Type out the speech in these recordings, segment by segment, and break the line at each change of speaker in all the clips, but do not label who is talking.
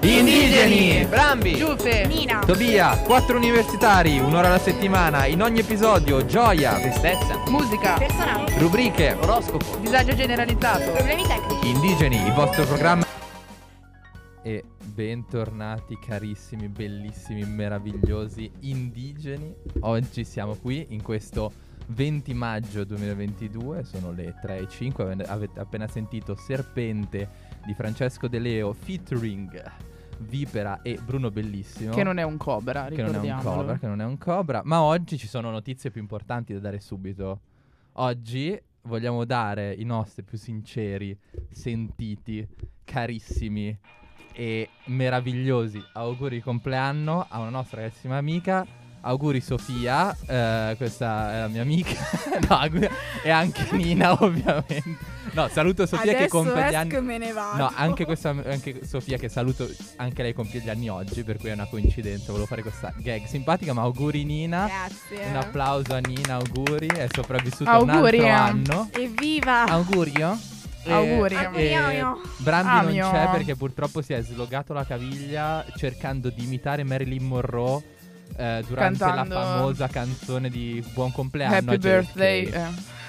Gli indigeni! Brambi!
Giuffe,
Nina,
Tobia, quattro universitari, un'ora alla settimana, in ogni episodio, gioia, tristezza,
musica,
personaggi,
rubriche, oroscopo,
disagio generalizzato.
problemi tecnici.
indigeni, il vostro programma. E bentornati carissimi, bellissimi, meravigliosi indigeni. Oggi siamo qui in questo 20 maggio 2022, sono le 3.05, avete appena sentito Serpente di Francesco De Leo featuring Vipera e Bruno Bellissimo.
Che non è un cobra,
che non è un
ricordiamolo.
cobra, che non è un cobra. Ma oggi ci sono notizie più importanti da dare subito. Oggi vogliamo dare i nostri più sinceri, sentiti, carissimi e meravigliosi auguri di compleanno a una nostra carissima amica. Auguri Sofia, eh, questa è la mia amica, No, auguri- e anche Nina ovviamente. No, saluto Sofia che
Adesso
compie gli
esco
anni.
e me ne vado.
No, anche questa anche Sofia che saluto, anche lei compie gli anni oggi, per cui è una coincidenza, volevo fare questa gag simpatica, ma auguri Nina.
Grazie.
Un applauso a Nina, auguri, è sopravvissuta
Auguri,
un
eh.
altro anno.
Evviva!
Ah, Augurio. E-
Auguri.
e-
Augurio.
Brandi
Amio.
non c'è perché purtroppo si è slogato la caviglia cercando di imitare Marilyn Monroe eh, durante
Cantando-
la famosa canzone di Buon compleanno a
Happy
JFK
birthday. eh.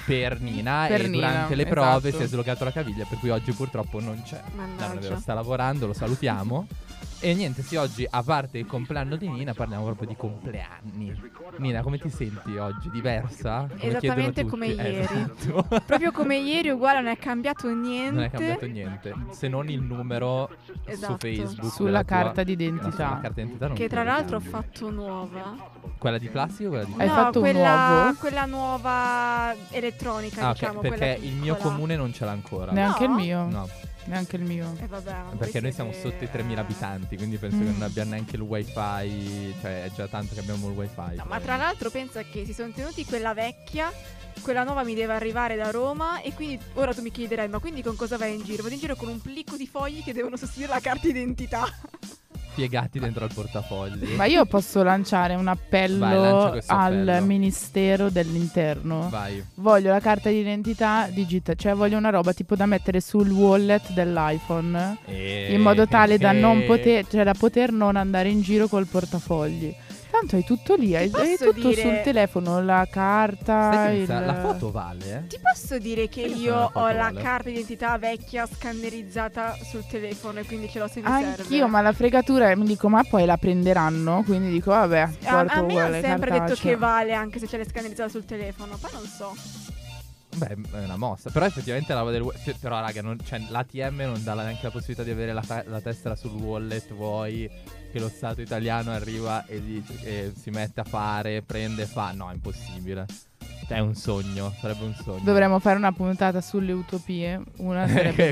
per Nina
Per
e
Nina,
durante le prove
esatto.
si è slogato la caviglia per cui oggi purtroppo non c'è. No, non è vero,
Mannaggia.
sta lavorando, lo salutiamo. e niente, sì, oggi a parte il compleanno di Nina parliamo proprio di compleanni. Nina, come ti senti oggi? Diversa? Come chiedono
Esattamente
tutti.
come
Eh,
ieri.
esatto.
Proprio come ieri, uguale, non è cambiato niente.
non è cambiato niente, se non il numero su
Esatto.
Facebook.
Sulla
della tua-
carta
No,
d'identità.
sulla carta d'identità non
Che tra
credo.
l'altro ho fatto nuova.
Quella di plastica o quella di
Hai
no,
fatto un
quella,
nuovo?
quella nuova elettronica,
Ah, ok,
diciamo. quella
perché il mio
piccola.
comune non ce l'ha ancora.
Neanche il
No.
mio.
No,
Neanche il mio.
Eh, vabbè, ma
Perché
voi
noi siamo
siete-
sotto i 3.000 abitanti, quindi penso che
Mm.
non abbia neanche il wifi, cioè è già tanto che abbiamo il wifi.
No, ma tra l'altro pensa che si sono tenuti quella vecchia, quella nuova mi deve arrivare da Roma e quindi ora tu mi chiederai ma quindi con cosa vai in giro? Vado in giro con un plicco di fogli che devono sostituire la carta d'identità.
piegati dentro al portafogli.
Ma io posso lanciare un appello
Vai, lancia questo
al
appello.
Ministero dell'Interno.
Vai.
Voglio la carta d'identità digitale, cioè voglio una roba tipo da mettere sul wallet dell'iPhone.
E-
in modo tale da non
e-
poter, cioè da poter non andare in giro col portafogli. Tanto hai tutto lì, hai,
posso
hai tutto
dire-
sul telefono, la carta,
Sai che mi sa-
il-
la foto vale? eh?
Ti posso dire che
Sai che
io
sono una
ho la
fotovola?
carta d'identità vecchia scannerizzata sul telefono e quindi ce l'ho se mi serve.
Anch'io, ma la fregatura mi dico, ma poi la prenderanno, quindi dico, vabbè, porto
a, a me
uguale
hanno sempre
cartaceo.
detto che vale anche se ce l'hai scannerizzata sul telefono, poi non so.
Beh, è una mossa. Però effettivamente la roba del wallet. Però, raga, non, cioè, l'ATM non dà neanche la possibilità di avere la, ta- la tessera sul wallet. Vuoi che lo Stato italiano arriva e, dice- e si mette a fare, prende e fa. No, è impossibile. Cioè, è un sogno. Sarebbe un sogno.
Dovremmo fare una puntata sulle utopie, una sarebbe
Che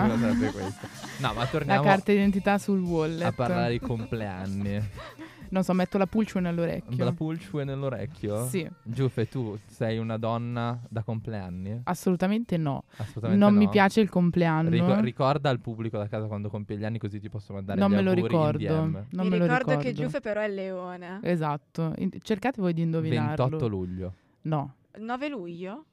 questo sarebbe questo. No, ma
La
torniamo
carta d'identità sul
a
wallet.
parlare di compleanni.
Non so, metto la pulce nell'orecchio.
La pulce nell'orecchio?
Sì.
Giuffe, tu sei una donna da compleanni?
Assolutamente no.
Assolutamente
non
no.
mi piace il compleanno.
Rico- ricorda al pubblico da casa quando compie gli anni così ti posso mandare
non
gli
me lo
auguri
ricordo.
in
Non
DM.
me
mi
lo
ricordo,
ricordo
che Giuffe però è leone.
Esatto, In- cercate voi di indovinarlo.
28 luglio.
No,
9 luglio?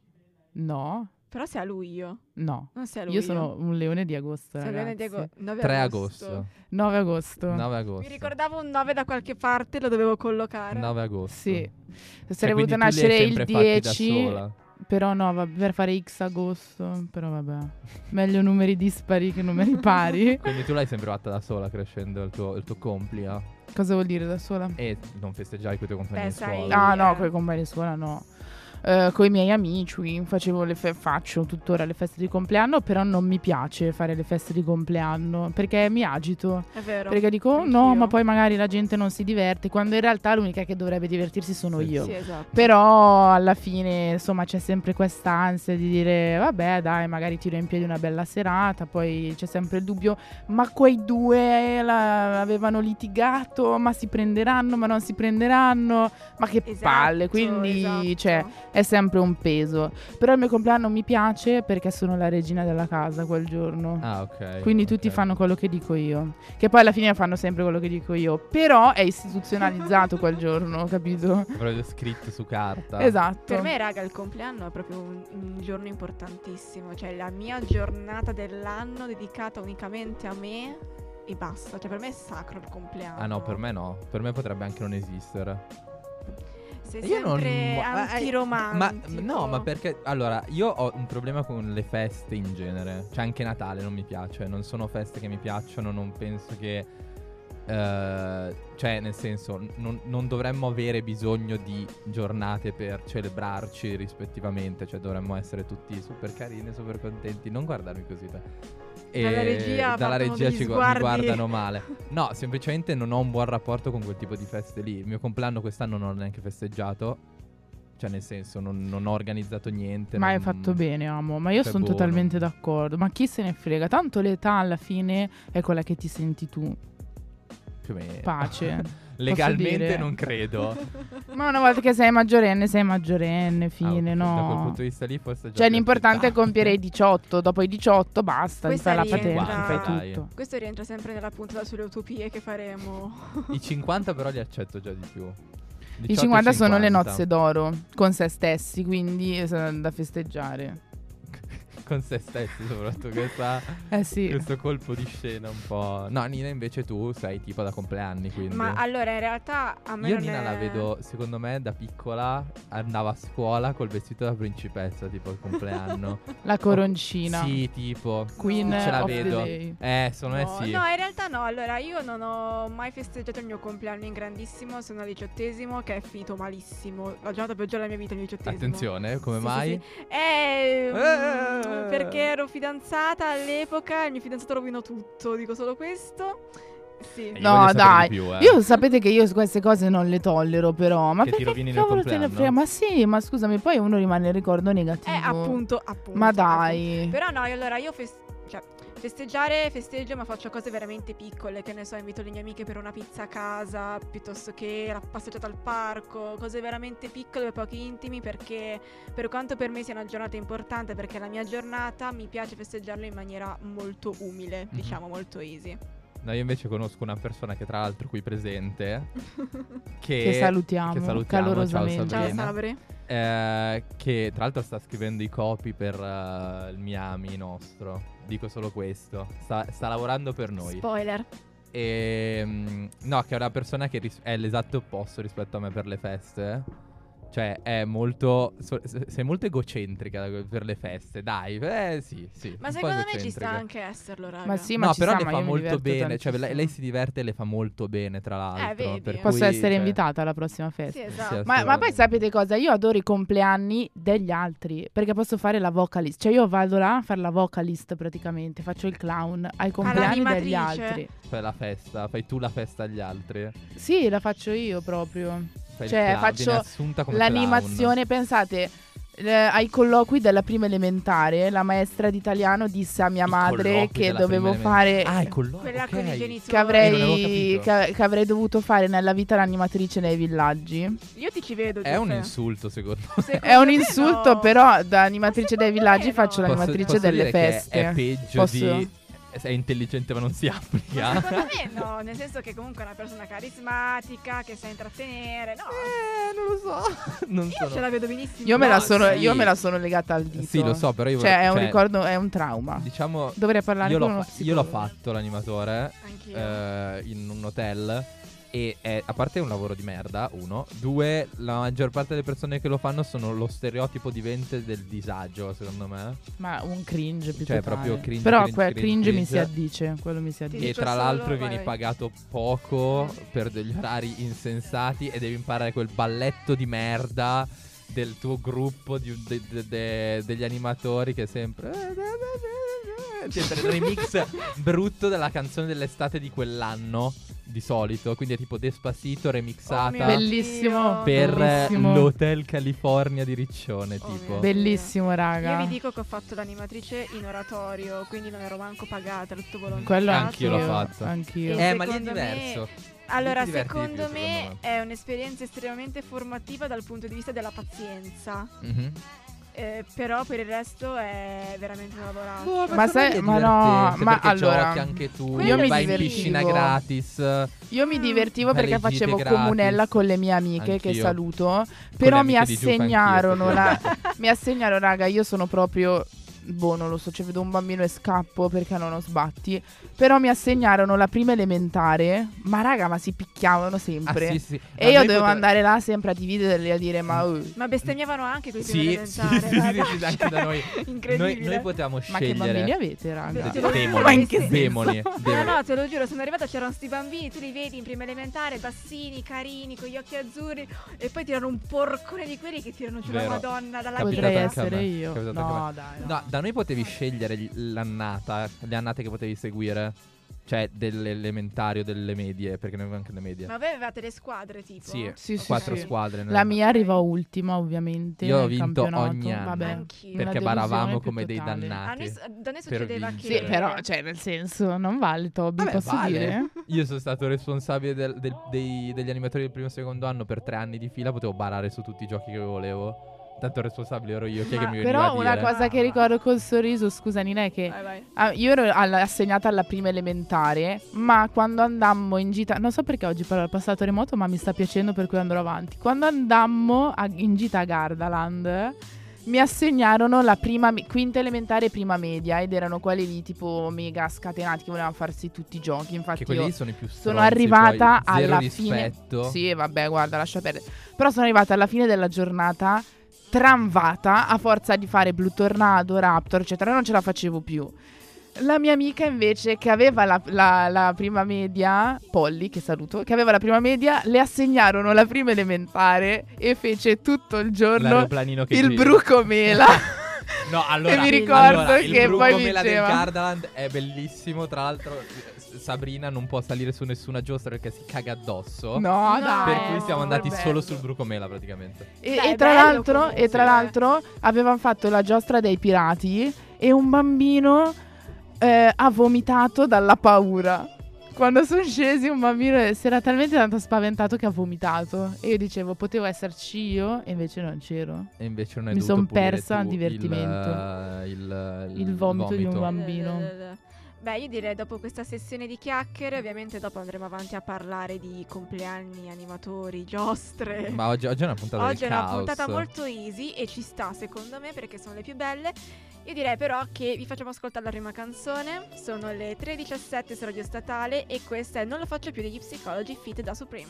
no,
Però sei a luglio,
no.
non sei a luglio.
Io sono un leone di agosto.
Sei leone di
ragazzi.
ago- 9
3
agosto.
agosto.
9 agosto.
9 agosto.
Mi ricordavo un 9 da qualche parte, lo dovevo collocare.
9 agosto.
Sì.
Cioè,
Se sarei
quindi tu li
voluto
hai
nascere il
sempre fatti da
10,
sola.
però no, va- per fare X agosto, però vabbè. Meglio numeri dispari che numeri pari.
Quindi tu l'hai sempre fatta da sola crescendo il tuo, il tuo compleanno.
Cosa vuol dire da sola?
E non festeggiai con i tuoi compagni
Beh,
di
sai-
scuola.
Ah
Via.
no, con i compagni di scuola no. con i miei amici qui, facevo le fe- faccio tuttora le feste di compleanno, però non mi piace fare le feste di compleanno perché mi agito.
È vero.
Perché dico "Oh, no,
Anch'io.
ma poi magari la gente non si diverte, quando in realtà l'unica che dovrebbe divertirsi sono
Sì,
io.
Sì, esatto.
Però alla fine, insomma, c'è sempre questa ansia di dire vabbè, dai, magari tiro in piedi una bella serata, poi c'è sempre il dubbio ma quei due la- avevano litigato, ma si prenderanno, ma non si prenderanno, ma che
Esatto,
palle, quindi
esatto.
cioè è sempre un peso. Però il mio compleanno mi piace perché sono la regina della casa quel giorno.
Ah, ok.
Quindi
ok.
tutti fanno quello che dico io. Che poi alla fine fanno sempre quello che dico io. Però è istituzionalizzato quel giorno, capito?
Proprio scritto su carta.
Esatto.
Per me, raga, il compleanno è proprio un, un giorno importantissimo, cioè la mia giornata dell'anno dedicata unicamente a me e basta. Cioè, per me è sacro il compleanno.
Ah no, per me no. Per me potrebbe anche non esistere.
Sei
Io non- ma-
sempre
eh, Ma
antiromantico.
no, ma perché allora io ho un problema con le feste in genere. Cioè anche Natale non mi piace, non sono feste che mi piacciono, non penso che eh, cioè nel senso non, non dovremmo avere bisogno di giornate per celebrarci rispettivamente, cioè dovremmo essere tutti super carini, super contenti, non guardarmi così te. E
Dalla regia
dalla
partono
regia
degli
ci gu- mi
sguardi.
guardano male. No, semplicemente non ho un buon rapporto con quel tipo di feste lì. Il mio compleanno quest'anno non l'ho neanche festeggiato. Cioè, nel senso, non, non ho organizzato niente.
Ma hai
non-
fatto bene, amo. Ma io
Cioè,
sono
boh,
totalmente
non-
d'accordo. Ma chi se ne frega? Tanto l'età alla fine è quella che ti senti tu.
Eh. Più o meno.
Pace.
Legalmente
dire?
non credo.
ma una volta che sei maggiorenne, sei maggiorenne, fine,
Ah, Da quel
no.
punto di vista lì, forse. già
Cioè,
più esatto.
l'importante è
accettato.
compiere i 18. Dopo i 18, basta. Ti fai
Questa
la
rientra-
patente, ti fai
Dai.
tutto.
Questo rientra sempre nella puntata sulle utopie che faremo.
I 50, però, li accetto già di più.
I
18
50 sono le
50.
nozze d'oro con se stessi, quindi eh, sono da festeggiare.
Con se stessi, soprattutto. Questa,
Eh sì.
Questo colpo di scena un po'. No, Nina, invece tu sei tipo da compleanni. Quindi.
Ma allora, in realtà a me
Io
non
Nina
è-
la vedo, secondo me, da piccola andava a scuola col vestito da principessa, tipo al compleanno.
La coroncina.
Sì, tipo.
Queen
ce la
of the
vedo.
day.
Eh, secondo me
No,
sì.
no, in realtà no. Allora, io non ho mai festeggiato il mio compleanno in grandissimo. Sono al diciottesimo, che è finito malissimo. La giornata peggiore della mia vita, il mio diciottesimo.
Attenzione, eh, come
Sì,
mai?
sì, sì. Eh, mm,
Eh.
perché ero fidanzata all'epoca, il mio fidanzato rovinò tutto. Dico solo questo. Sì.
Eh, io
No,
voglio sapere
dai.
di più, eh.
Io sapete che io queste cose non le tollero, però. Ma
Che ti
perché
rovinino il
cavolo te ne
compleanno?
frega? Ma sì, ma scusami, poi uno rimane il ricordo negativo.
Eh, appunto, appunto.
Ma
appunto.
dai.
Però no, io- allora io fes- cioè, festeggiare, festeggio, ma faccio cose veramente piccole, che ne so, invito le mie amiche per una pizza a casa, piuttosto che la passeggiata al parco, cose veramente piccole e pochi intimi, perché per quanto per me sia una giornata importante, perché la mia giornata mi piace festeggiarla in maniera molto
Mhm.
umile, diciamo molto easy.
No, io invece conosco una persona che, tra l'altro, qui presente. Che,
Che salutiamo,
che salutiamo,
calorosamente.
ciao
Ciao
Sabrina.
Sabri.
eh, che, tra l'altro, sta scrivendo i copy per eh, il Miami nostro. Dico solo questo. Sta, sta lavorando per noi.
Spoiler.
E, mm, no, che è una persona che ris- è l'esatto opposto rispetto a me per le feste. Cioè, è molto. so- se- sei molto egocentrica da- per le feste, dai. Eh, sì, sì.
Ma
un po'
secondo me ci
egocentrica.
sta anche esserlo, raga.
Ma sì, ma
No,
ci
però
sta,
le
ma
fa
io mi
molto
diverto
bene. Cioè, lei,
tantissimo.
lei si diverte e le fa molto bene, tra l'altro.
vedi,
per
eh.
Posso
cui,
essere
cioè,
invitata alla prossima festa.
Sì,
sì,
esatto.
ass-
Ma, ma poi
Assolutamente.
sapete cosa? Io adoro i compleanni degli altri perché posso fare la vocalist. Cioè, io vado là a fare la vocalist praticamente. Faccio il clown ai compleanni degli
l'animatrice.
altri.
Fai la festa, fai tu la festa agli altri.
Sì, la faccio io proprio.
Fai il
Cioè,
clown,
faccio
vieni assunta come clown.
L'animazione, pensate. eh, ai colloqui della prima elementare, la maestra di italiano disse a mia
I
madre
colloqui
che
della
dovevo
prima
fare.
elementare. Ah, i colloqui.
Quella con i
ok.
genitori.
che
Eh, non
avrei,
avevo
che, che avrei dovuto fare nella vita l'animatrice nei villaggi.
Io ti ci vedo.
È un
Giuseppe.
insulto, secondo me.
Secondo
È un
me
insulto,
no.
però da animatrice
Ma
dei
secondo
villaggi
me
faccio
no.
l'animatrice
posso
delle
dire che
feste.
è peggio
Posso?
di è intelligente ma non si
Ma
applica.
secondo me no, nel senso che comunque è una persona carismatica, che sa intrattenere, no.
Eh, non lo so. Non
Io
sono-
ce la vedo benissimo.
Io, me la
No,
sono,
sì.
io me la sono legata al dito.
Sì, lo so, però io
Cioè,
vorrei-
è un ricordo, è un trauma.
Diciamo
Dovrei parlare
io
con
l'ho,
uno
fa- io l'ho
psicologo.
fatto l'animatore
Anch'io.
eh, in un hotel e è- a parte è un lavoro di merda, uno, due, la maggior parte delle persone che lo fanno sono lo stereotipo divente del disagio, secondo me.
Ma un cringe più
Cioè,
totale.
proprio cringe,
Però
cringe,
quel
cringe,
mi si
cringe.
addice. Quello mi si addice.
E
dico
tra
solo-
l'altro
vai,
vieni
vai.
pagato poco per degli orari insensati e devi imparare quel balletto di merda del tuo gruppo di- de- de- de- degli animatori che è sempre eh, C'è cioè, il remix brutto della canzone dell'estate di quell'anno di solito quindi è tipo Despacito
Oh mio
remixata
Belli-
Dio.
Esatto. per eh,
Bellissimo.
l'Hotel California di Riccione
Oh mio
tipo
Dio.
Bellissimo, raga.
Io vi dico che ho fatto l'animatrice in oratorio, quindi non ero manco pagata, era tutto volontà.
Quello
Anch'io l'ho fatto.
Anch'io.
E
eh ma lì è
secondo me-
diverso
Allora,
Ti diverti di più,
secondo me
secondo
è un'esperienza estremamente formativa dal punto di vista della pazienza.
Mhm.
Eh, però per il resto è veramente una lavorata.
Boh, secondo me
Ma sai-
è
ma no,
divertente,
ma
perché
allora,
giochi anche tu,
io mi
vai in
divertivo.
piscina gratis,
Io mi divertivo
Belle
perché
gite
facevo
gratis.
comunella con le mie amiche che
Anch'io.
saluto. Però mi
amiche di Giufa anch'io, Ah,
assegnarono, la-
effettivamente.
mi assegnarono, raga, io sono proprio boh, non lo so, cioè vedo un bambino e scappo perché non lo sbatti. Però mi assegnarono la prima elementare, ma raga, ma si picchiavano
Ah,
sempre.
sì, sì.
E io dovevo andare là sempre a dividerli e a dire ma uh,
Ma bestemmiavano anche questi
Sì,
per
sì,
elementare,
sì, sì,
raga,
sì, sì, anche
cioè,
da noi. Noi,
Incredibile.
noi potevamo
ma che bambini
scegliere.
avete raga?
Ah,
Te lo giuro,
demoni,
ma in che senso?
demoni,
No,
demoni.
no, te lo giuro, sono arrivata, c'erano sti bambini, tu li vedi in prima elementare, bassini, carini, con gli occhi azzurri, e poi tirano un porcone di quelli che tirano giù la
Vero.
madonna dalla
Capitato
Potrei
anche a
essere
birra.
me,
io.
capitato anche a
No, dai. no.
No, da noi potevi scegliere gli- l'annata, le annate che potevi seguire, cioè delle elementari o delle medie, perché noi avevamo anche le medie.
Ma voi avevate le squadre, tipo?
Sì,
Sì, sì,
quattro
sì.
squadre.
La
no?
mia arrivò ultima, ovviamente.
Io ho
nel
vinto
campionato.
ogni anno.
Vabbè.
Anch'io.
Per-
perché
una delusione
baravamo
più
come dei
totale.
A
dannati.
noi, da
per
noi succedeva che...
Sì,
vincere.
però, cioè, nel senso, non vale Toby,
Vabbè,
posso
vale.
dire?
Io sono stato responsabile del- del- dei- degli animatori del primo e secondo anno per tre anni di fila, potevo barare su tutti i giochi che volevo. Tanto il responsabile ero io, chi è che
Ma-
mi veniva
Però
a
una
dire?
cosa che ricordo col sorriso, scusa Nina, è che
Vai, vai.
ah, io ero alla- assegnata alla prima elementare, ma quando andammo in gita, non so perché oggi parlo al passato remoto, ma mi sta piacendo per cui andrò avanti. Quando andammo a- in gita a Gardaland, mi assegnarono la prima, me- quinta elementare e prima media ed erano quelli lì tipo mega scatenati che volevano farsi tutti i giochi, infatti
Che
io
quelli lì sono i più stronzi,
sono arrivata
poi, zero
alla
rispetto.
fine. Sì, vabbè, guarda, lascia perdere. Però sono arrivata alla fine della giornata tramvata a forza di fare Blue Tornado, Raptor, eccetera, non ce la facevo più. La mia amica invece che aveva la, la- la prima media, Polly che saluto, che aveva la prima media, le assegnarono la prima elementare e fece tutto il giorno
L'aeroplanino che
il
gira.
bruco mela.
No, allora,
E mi ricordo
allora,
che
il bruco
poi
mela
vinceva.
del Gardaland è bellissimo. Tra l'altro, s- Sabrina non può salire su nessuna giostra perché si caga addosso.
no, eh,
No.
dai.
Per cui siamo andati
bello.
solo sul bruco mela praticamente.
E,
Beh,
e tra
bello
l'altro, e
comunque,
tra
eh.
l'altro avevamo fatto la giostra dei pirati e un bambino eh, ha vomitato dalla paura. Quando sono scesi un bambino eh, si era talmente tanto spaventato che ha vomitato. E io dicevo, potevo esserci io, e invece non c'ero.
E invece non è
Mi
dovuto
son
pulire
persa
tu
il divertimento.
Il, il,
Il vomito di un bambino.
Eh, Beh, io direi dopo questa sessione di chiacchiere, ovviamente dopo andremo avanti a parlare di compleanni, animatori, giostre.
Ma oggi, oggi è una puntata
Oggi è
del
una
caos.
puntata molto easy e ci sta secondo me perché sono le più belle. Io direi però che vi facciamo ascoltare la prima canzone. Sono le 3.17 su Radio Statale e questa è Non lo faccio più degli psicologi fit da Supremo.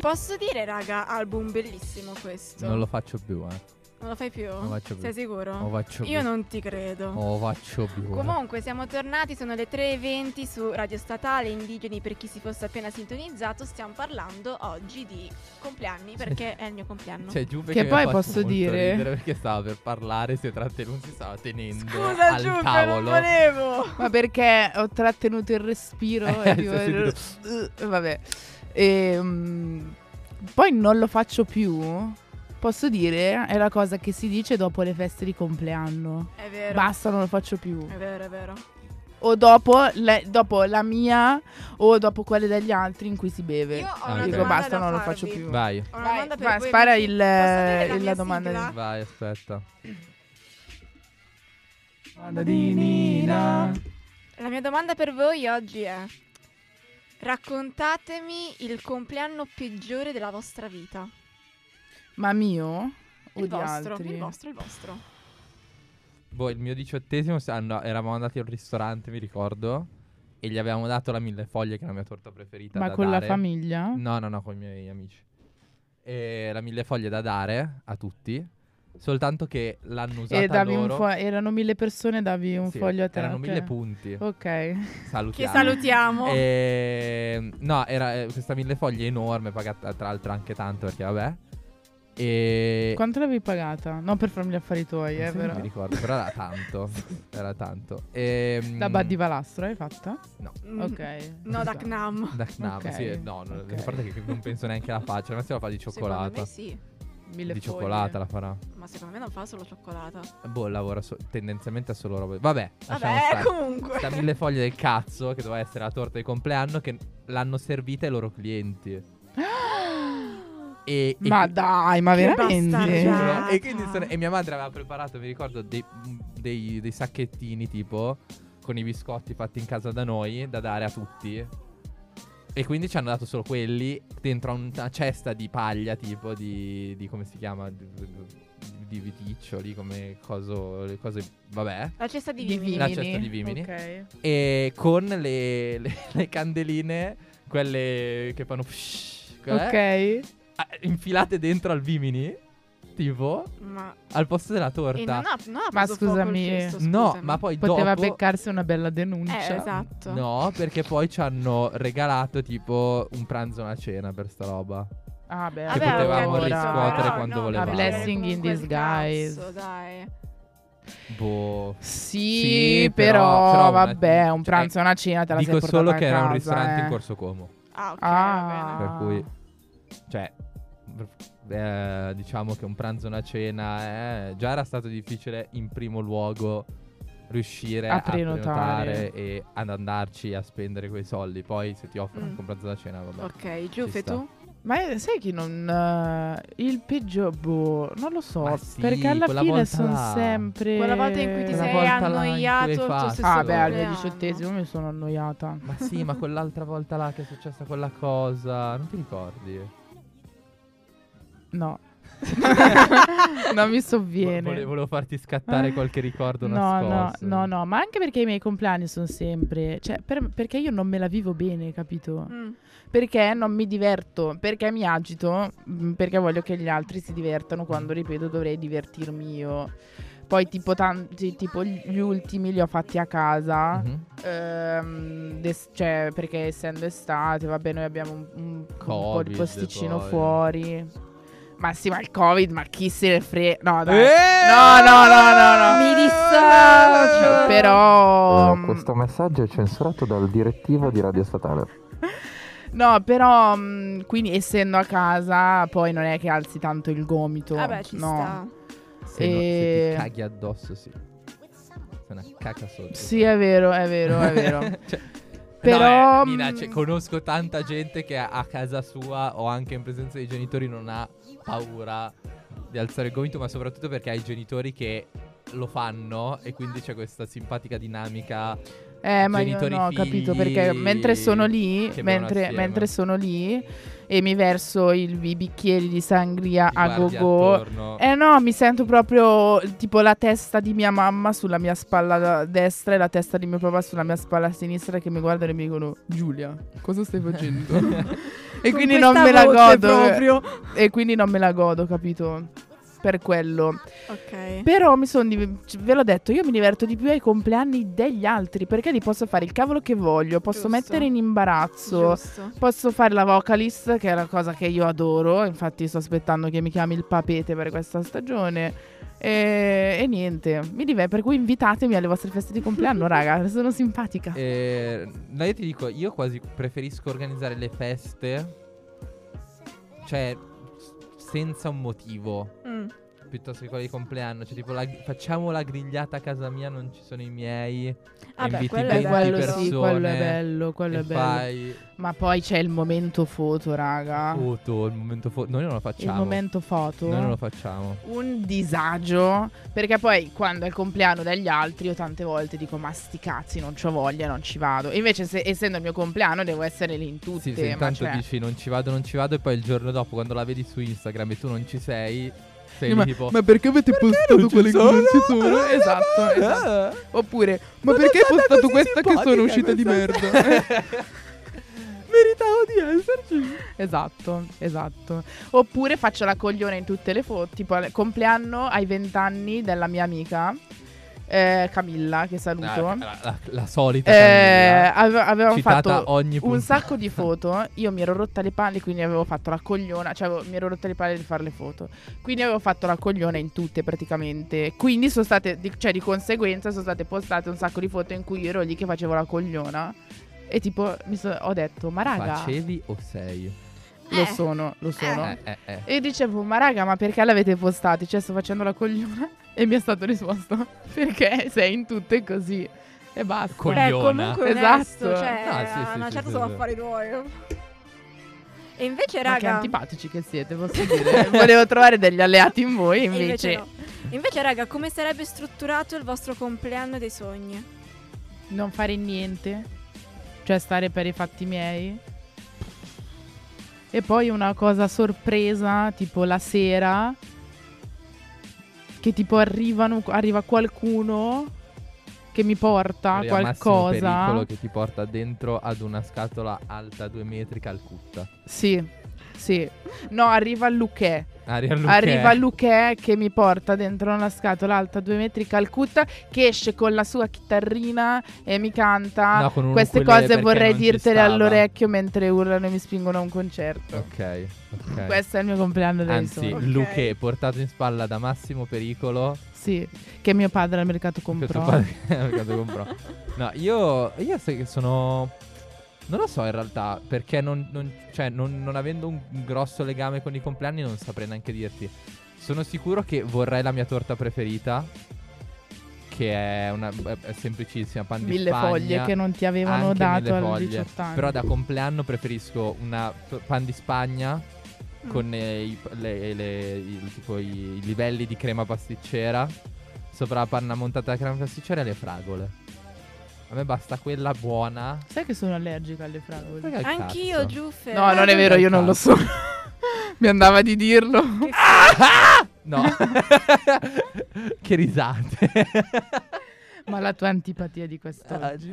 Posso dire raga, album bellissimo questo.
Non lo faccio più, eh.
Non lo fai più?
Non lo faccio più.
Sei sicuro?
Non lo faccio più. Oh,
Io non ti credo.
Non lo faccio più. eh.
Comunque siamo tornati, sono le 3.20 su Radio Statale, indigeni per chi si fosse appena sintonizzato, stiamo parlando oggi di compleanni perché è il mio compleanno.
Cioè, Giù perché
Che
mi
poi
ha fatto
posso
molto
dire-
ridere perché stava per parlare, si è trattenuto, si stava tenendo
Scusa
al
Giuseppe, non
tavolo.
volevo.
Ma perché ho trattenuto il respiro?
Eh,
e tipo-
si è
Eh, vabbè. E, mm, poi non lo faccio più. Posso dire, è la cosa che si dice dopo le feste di compleanno.
È vero.
Basta, non lo faccio più.
È vero, è vero.
O dopo, le- dopo la mia o dopo quelle degli altri in cui si beve.
Io ho
una
una
Dico,
domanda
basta, non lo faccio più.
Vai,
Ho una
Vai,
domanda per
vai,
voi,
spara
amici.
il-
Posso avere la
il-
mia
la domanda
sigla?
vai, aspetta.
La mia domanda per voi oggi è Raccontatemi il compleanno peggiore della vostra vita.
Ma mio o
Il
di
vostro,
altri?
il vostro, il vostro.
Boh, il mio diciottesimo, se- ah, no, eravamo andati al ristorante, mi ricordo, e gli avevamo dato la mille foglie, che è la mia torta preferita.
Ma
da
con la
dare.
famiglia?
No, no, no, con i miei amici. E la mille foglie da dare a tutti, soltanto che l'hanno usata
E davi un
loro.
fo- erano mille persone, davi un
Sì,
foglio a te.
Erano
ok.
mille punti.
Ok.
Che
Salutiamo.
salutiamo.
Eh, E- no, era eh, questa mille foglie enorme, pagata tra l'altro anche tanto perché vabbè. E
Quanto l'avevi pagata? Non per farmi gli affari tuoi,
Non
eh,
so se
però.
mi ricordo, però era tanto. Mm. era tanto. Ehm, E,
La Buddy Valastro l'hai fatta?
Mm,
Ok.
No, da
Ci sta.
Knam.
Da Knab,
Ok,
sì, no, no,
ok.
a parte che non penso neanche la faccia, ma se la fa di
Secondo
cioccolata.
me sì,
Mille
Di
foglie.
cioccolata la farà.
ma secondo me non fa solo cioccolata.
Boh, lavora so- tendenzialmente a solo roba. Vabbè, lasciamo
Vabbè,
stare.
comunque.
Sta mille foglie del cazzo, che doveva essere la torta di compleanno, che l'hanno servita ai loro clienti. E, e
Ma
qui-
dai, ma
Che
Sì,
bastardo.
giuro.
veramente?
E,
Cagata.
quindi sono- e mia madre aveva preparato, mi ricordo, dei, dei- dei sacchettini tipo con i biscotti fatti in casa da noi da dare a tutti. E quindi ci hanno dato solo quelli dentro a un- una cesta di paglia tipo di, di come si chiama? Di, di- di viticcioli, come coso, le cose, vabbè.
La cesta di
Di
vimini.
Vimini.
La cesta di Cioè? Vimini.
Ok.
E con le, le- le candeline, quelle che fanno... psh, quelle,
Ok.
ah, infilate dentro al Vimini, tipo,
Ma
al posto della torta.
e non ha, non ha
Ma
preso fuoco il
scusami.
cesto,
No,
scusami.
ma poi
Poteva
dopo...
beccarsi una bella denuncia.
Eh, esatto.
No, perché poi ci hanno regalato tipo un pranzo e una cena per sta roba.
Ah, beh,
Vabbè,
ho
potevamo
capito,
riscuotere
però
quando
no,
volevamo.
ma
Blessing in
comunque il
disguise.
cazzo, dai.
Boh.
Sì,
Sì,
però,
però- però una-
vabbè, un
cioè,
pranzo e una cena te la sei
Dico
portata
solo
a
che era un
casa,
ristorante
eh.
in Corso Como.
Ah, ok, va
Ah.
bene.
Per cui, cioè, eh, diciamo che un pranzo e una cena eh, già era stato difficile in primo luogo riuscire
A
a,
prenotare.
prenotare e ad andarci a spendere quei soldi. Poi se ti offrono
Mm.
anche un pranzo e una cena, vabbè.
Ok,
Ci
Giuffe
sta.
tu?
Ma eh, sai che non. eh, il peggio. Boh, non lo so.
Ma sì,
perché alla
quella
fine
volta
sono
là.
sempre.
Quella volta in cui ti
Quella
sei eh.
volta là in cui hai
annoiato il tuo
fatto-
stesso
Ah, beh, al mio
compleanno.
diciottesimo mi sono annoiata.
Ma sì, ma quell'altra volta là che è successa quella cosa, non ti ricordi?
No. non mi sovviene.
Vo- vole- volevo farti scattare qualche ricordo
No, no,
nascosto.
no, no, ma anche perché i miei compleanni sono sempre. Cioè, per- perché io non me la vivo bene, capito?
Mm.
Perché non mi diverto, perché mi agito, mh, perché voglio che gli altri si divertano quando, ripeto, dovrei divertirmi io. Poi tipo tanti, tipo gli ultimi li ho fatti a casa.
Mhm.
Ehm, des- cioè, perché essendo estate, vabbè, noi abbiamo un, un- un po' di
Covid,
posticino
poi.
fuori. Ma sì, ma il Covid, ma chi se ne frega? No, dai.
Eh!
No, no, no, no, mm, no.
Mi dissocio.
Però.
Eh, questo messaggio è censurato dal direttivo di Radio Statale.
No, però. mh, Quindi, essendo a casa, poi non è che alzi tanto il gomito.
Vabbè, ci
no.
sta.
Se, no- se
E-
ti caghi addosso, sì. Sei una cacca sotto.
Sì, è vero, è vero, è vero.
Cioè,
Però,
no, eh, Mina, cioè,
mm,
conosco tanta gente che a a casa sua o anche in presenza dei genitori non ha paura di alzare il gomito, ma soprattutto perché ha i genitori che lo fanno e quindi c'è questa simpatica dinamica
Eh, ma io
genitori,
non ho capito
figli
perché mentre sono lì,
che bevono
mentre,
assieme.
mentre sono lì e mi verso il- i bicchieri di sangria
ti
a
guardi
Ah, go-go.
attorno.
Eh no, mi sento proprio tipo la testa di mia mamma sulla mia spalla da- destra e la testa di mio papà sulla mia spalla sinistra che mi guardano e mi dicono Giulia, cosa stai facendo? e
Con
quindi non
questa
me la
voce
godo.
proprio.
E quindi non me la godo, capito? Per quello.
Ok.
Però mi sono. div- c- ve l'ho detto, io mi diverto di più ai compleanni degli altri perché li posso fare il cavolo che voglio, posso
Giusto.
mettere in imbarazzo.
Giusto.
Posso fare la vocalist, che è la cosa che io adoro. Infatti, sto aspettando che mi chiami il papete per questa stagione. E, e niente, mi dive- per cui invitatemi alle vostre feste di compleanno, raga. Sono simpatica.
Eh, no, io ti dico, io quasi preferisco organizzare le feste, cioè s- senza un motivo,
Mm.
piuttosto che quella di compleanno. Cioè, tipo, la- facciamo la grigliata a casa mia, non ci sono i miei.
Vabbè,
inviti
quello è
20
quello
bello.
sì,
persone.
quello è bello, quello
e
è bello.
fai
Ma poi c'è il momento foto, raga.
foto, il momento foto. Noi non lo
Ah. il
facciamo.
momento foto.
Noi non lo facciamo.
un disagio perché poi quando è il compleanno degli altri io tante volte dico ma sti cazzi non c'ho voglia non ci vado invece se- essendo il mio compleanno devo essere lì in tutte
Sì, se
ma
intanto
cioè-
dici non ci vado, non ci vado, e poi il giorno dopo, quando la vedi su Instagram e tu non ci sei, sei lì
Sì, ma,
tipo.
ma perché avete postato
non ci
quelle che non ci
sono? Eh.
sono esatto, esatto. oppure ma, perché hai postato questa che sono uscita di merda Eh.
Meritavo di esserci.
Esatto, esatto. Oppure faccio la coglione in tutte le foto, tipo al compleanno ai vent'anni della mia amica eh, Camilla, che saluto.
Ah, La, la- la- la solita.
Eh,
Camilla,
ave- avevamo
citata
fatto
ogni
un
puntata.
sacco di foto. eh. Io mi ero rotta le palle, quindi avevo fatto la cogliona. Cioè, avevo- mi ero rotta le palle di fare le foto. Quindi avevo fatto la cogliona in tutte praticamente. Quindi sono state, di, cioè, di conseguenza, sono state postate un sacco di foto in cui io ero lì che facevo la cogliona. E tipo, mi so- ho detto, ma raga,
Facevi o sei?
lo
Eh.
sono, lo sono.
Eh, eh, eh.
E io dicevo, ma raga, ma perché l'avete postati? Cioè, sto facendo la cogliona. E mi è stato risposto, perché sei in tutte così. E basta.
Con-
Beh,
cogliona.
comunque
Esatto.
onesto, cioè,
No, sì, sì,
a una
sì,
certa
sì,
sono
sì.
affari tuoi. E invece,
Ma che
raga,
antipatici che siete, posso dire. Volevo trovare degli alleati in voi,
e
invece.
invece no. Invece, raga, come sarebbe strutturato il vostro compleanno dei sogni?
Non fare niente, cioè stare per i fatti miei. E poi una cosa sorpresa, tipo la sera. che tipo arrivano, arriva qualcuno che mi porta
Maria, massimo pericolo
qualcosa.
che ti porta dentro ad una scatola alta 2 metri Calcutta.
Sì, sì. No, arriva Luchè.
Aria Luchè.
Arriva Luchè che mi porta dentro una scatola alta 2 metri Calcutta che esce con la sua chitarrina e mi canta.
No, con un
Queste
ukulele
cose
perché
vorrei
non ci
dirtele
stava.
all'orecchio mentre urlano e mi spingono a un concerto.
Ok, ok.
Questo è il mio compleanno del
Anzi,
solo.
Ok.
Luchè portato in spalla da Massimo Pericolo.
Sì, che mio padre al mercato
questo
comprò.
padre- quando comprò. No, io, io sai che sono. Non lo so in realtà, perché non, non- cioè, non- non avendo un grosso legame con i compleanni non saprei neanche dirti. Sono sicuro che vorrei la mia torta preferita, che è, una, è- è semplicissima, pan di
Mille
Spagna.
foglie che non ti avevano
anche
dato
mille
al
foglie.
18 anni.
Però da compleanno preferisco una to- pan di Spagna
Mm.
con eh, i, le- le- il- tipo i- i livelli di crema pasticcera, sopra la panna montata da crema pasticcera e le fragole. A me basta quella buona.
Sai che sono allergica alle fragole?
Frega il
Anch'io,
cazzo.
Giuffe.
No, non è vero, io non lo so. Mi andava di dirlo.
No. che risate.
Ma la tua antipatia di
Ah,
quest'oggi.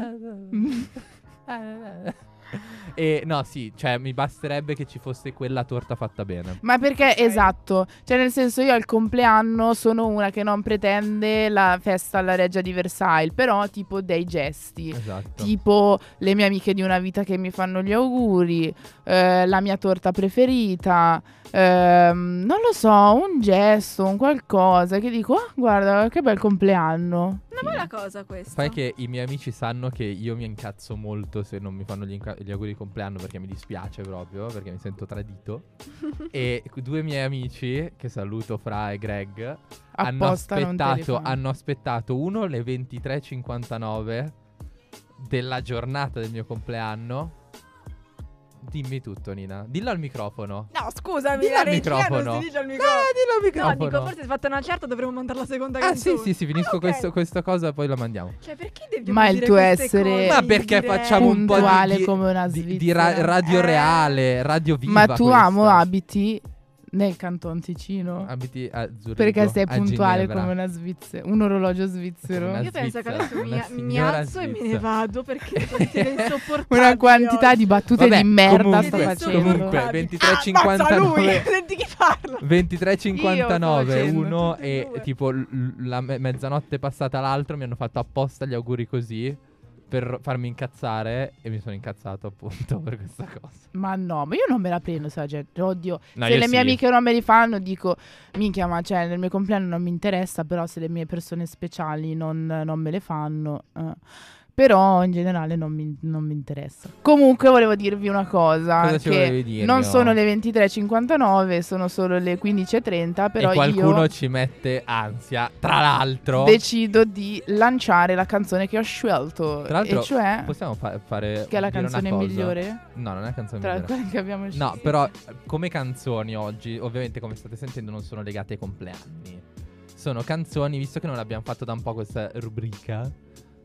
e no, sì, cioè mi basterebbe che ci fosse quella torta fatta bene.
Ma perché
Ok.
esatto, cioè nel senso io al compleanno sono una che non pretende la festa alla Reggia di Versailles, però tipo dei gesti.
Esatto.
Tipo le mie amiche di una vita che mi fanno gli auguri, eh, la mia torta preferita, ehm, non lo so, un gesto, un qualcosa che dico, ah guarda che bel compleanno.
Una bella cosa questa.
Poi che i miei amici sanno che io mi incazzo molto se non mi fanno gli, inca- gli auguri di compleanno perché mi dispiace proprio, perché mi sento tradito. e due miei amici, che saluto Fra e Greg, hanno
Apposta non te li
aspettato,
fanno.
hanno aspettato uno le 23.59 della giornata del mio compleanno. Dimmi tutto Nina, dillo al microfono.
No, scusami,
Dillo
la
al
regia
microfono.
non si dice al
No,
microfono.
dillo al
No,
microfono.
dico, forse è fatta una certa, dovremmo mandare la seconda
ah sì
canzone.
sì sì, finisco
ok.
questo- questa cosa e poi la mandiamo.
Cioè, perché devi
Ma il
dire
tuo
queste
essere-
cose
Ma
in
perché
diretta?
facciamo un po' di,
Puntuale
di-
come una
di- di
svizzera.
ra- radio
Eh.
reale, radio viva.
Ma tu
questa.
amo abiti nel Canton Ticino?
Abiti a Zurigo,
Perché sei
a
puntuale
Ginevra.
come una svizzera, un orologio svizzero.
Una
Io penso che
svizzera,
adesso mi,
una
mi
signora
alzo e me ne
svizzera.
vado perché quanti ne insopportabili
Una quantità
oggi.
di battute
Vabbè,
di merda sto
comunque,
facendo.
comunque. 23,59.
Ah, ammazza lui! Senti chi parla.
23.59
Io sto
uno
facendo tutte
e
e due.
tipo l- la me- mezzanotte passata l'altro mi hanno fatto apposta gli auguri così per farmi incazzare e mi sono incazzato appunto per questa cosa.
Ma no, ma io non me la prendo, sai, gente. Oddio,
No,
se
io
le mie
sì.
amiche non me li fanno, dico, minchia, ma cioè, nel mio compleanno non mi interessa, però se le mie persone speciali non, non me le fanno. eh. Però in generale non mi, non mi interessa. Comunque volevo dirvi una cosa.
Cosa ci
che
volevi dire,
non
no?
sono le 23.59, sono solo le 15.30, però
e qualcuno
io
ci mette ansia, tra l'altro.
decido di lanciare la canzone che ho scelto.
Tra l'altro,
e cioè,
possiamo fa- fare
che è la
dire una
canzone
cosa?
migliore
No, non è la canzone
tra
migliore.
quelle che abbiamo scelto.
No, però eh, come canzoni oggi, ovviamente come state sentendo, non sono legate ai compleanni. Sono canzoni, visto che non l'abbiamo fatto da un po' questa rubrica.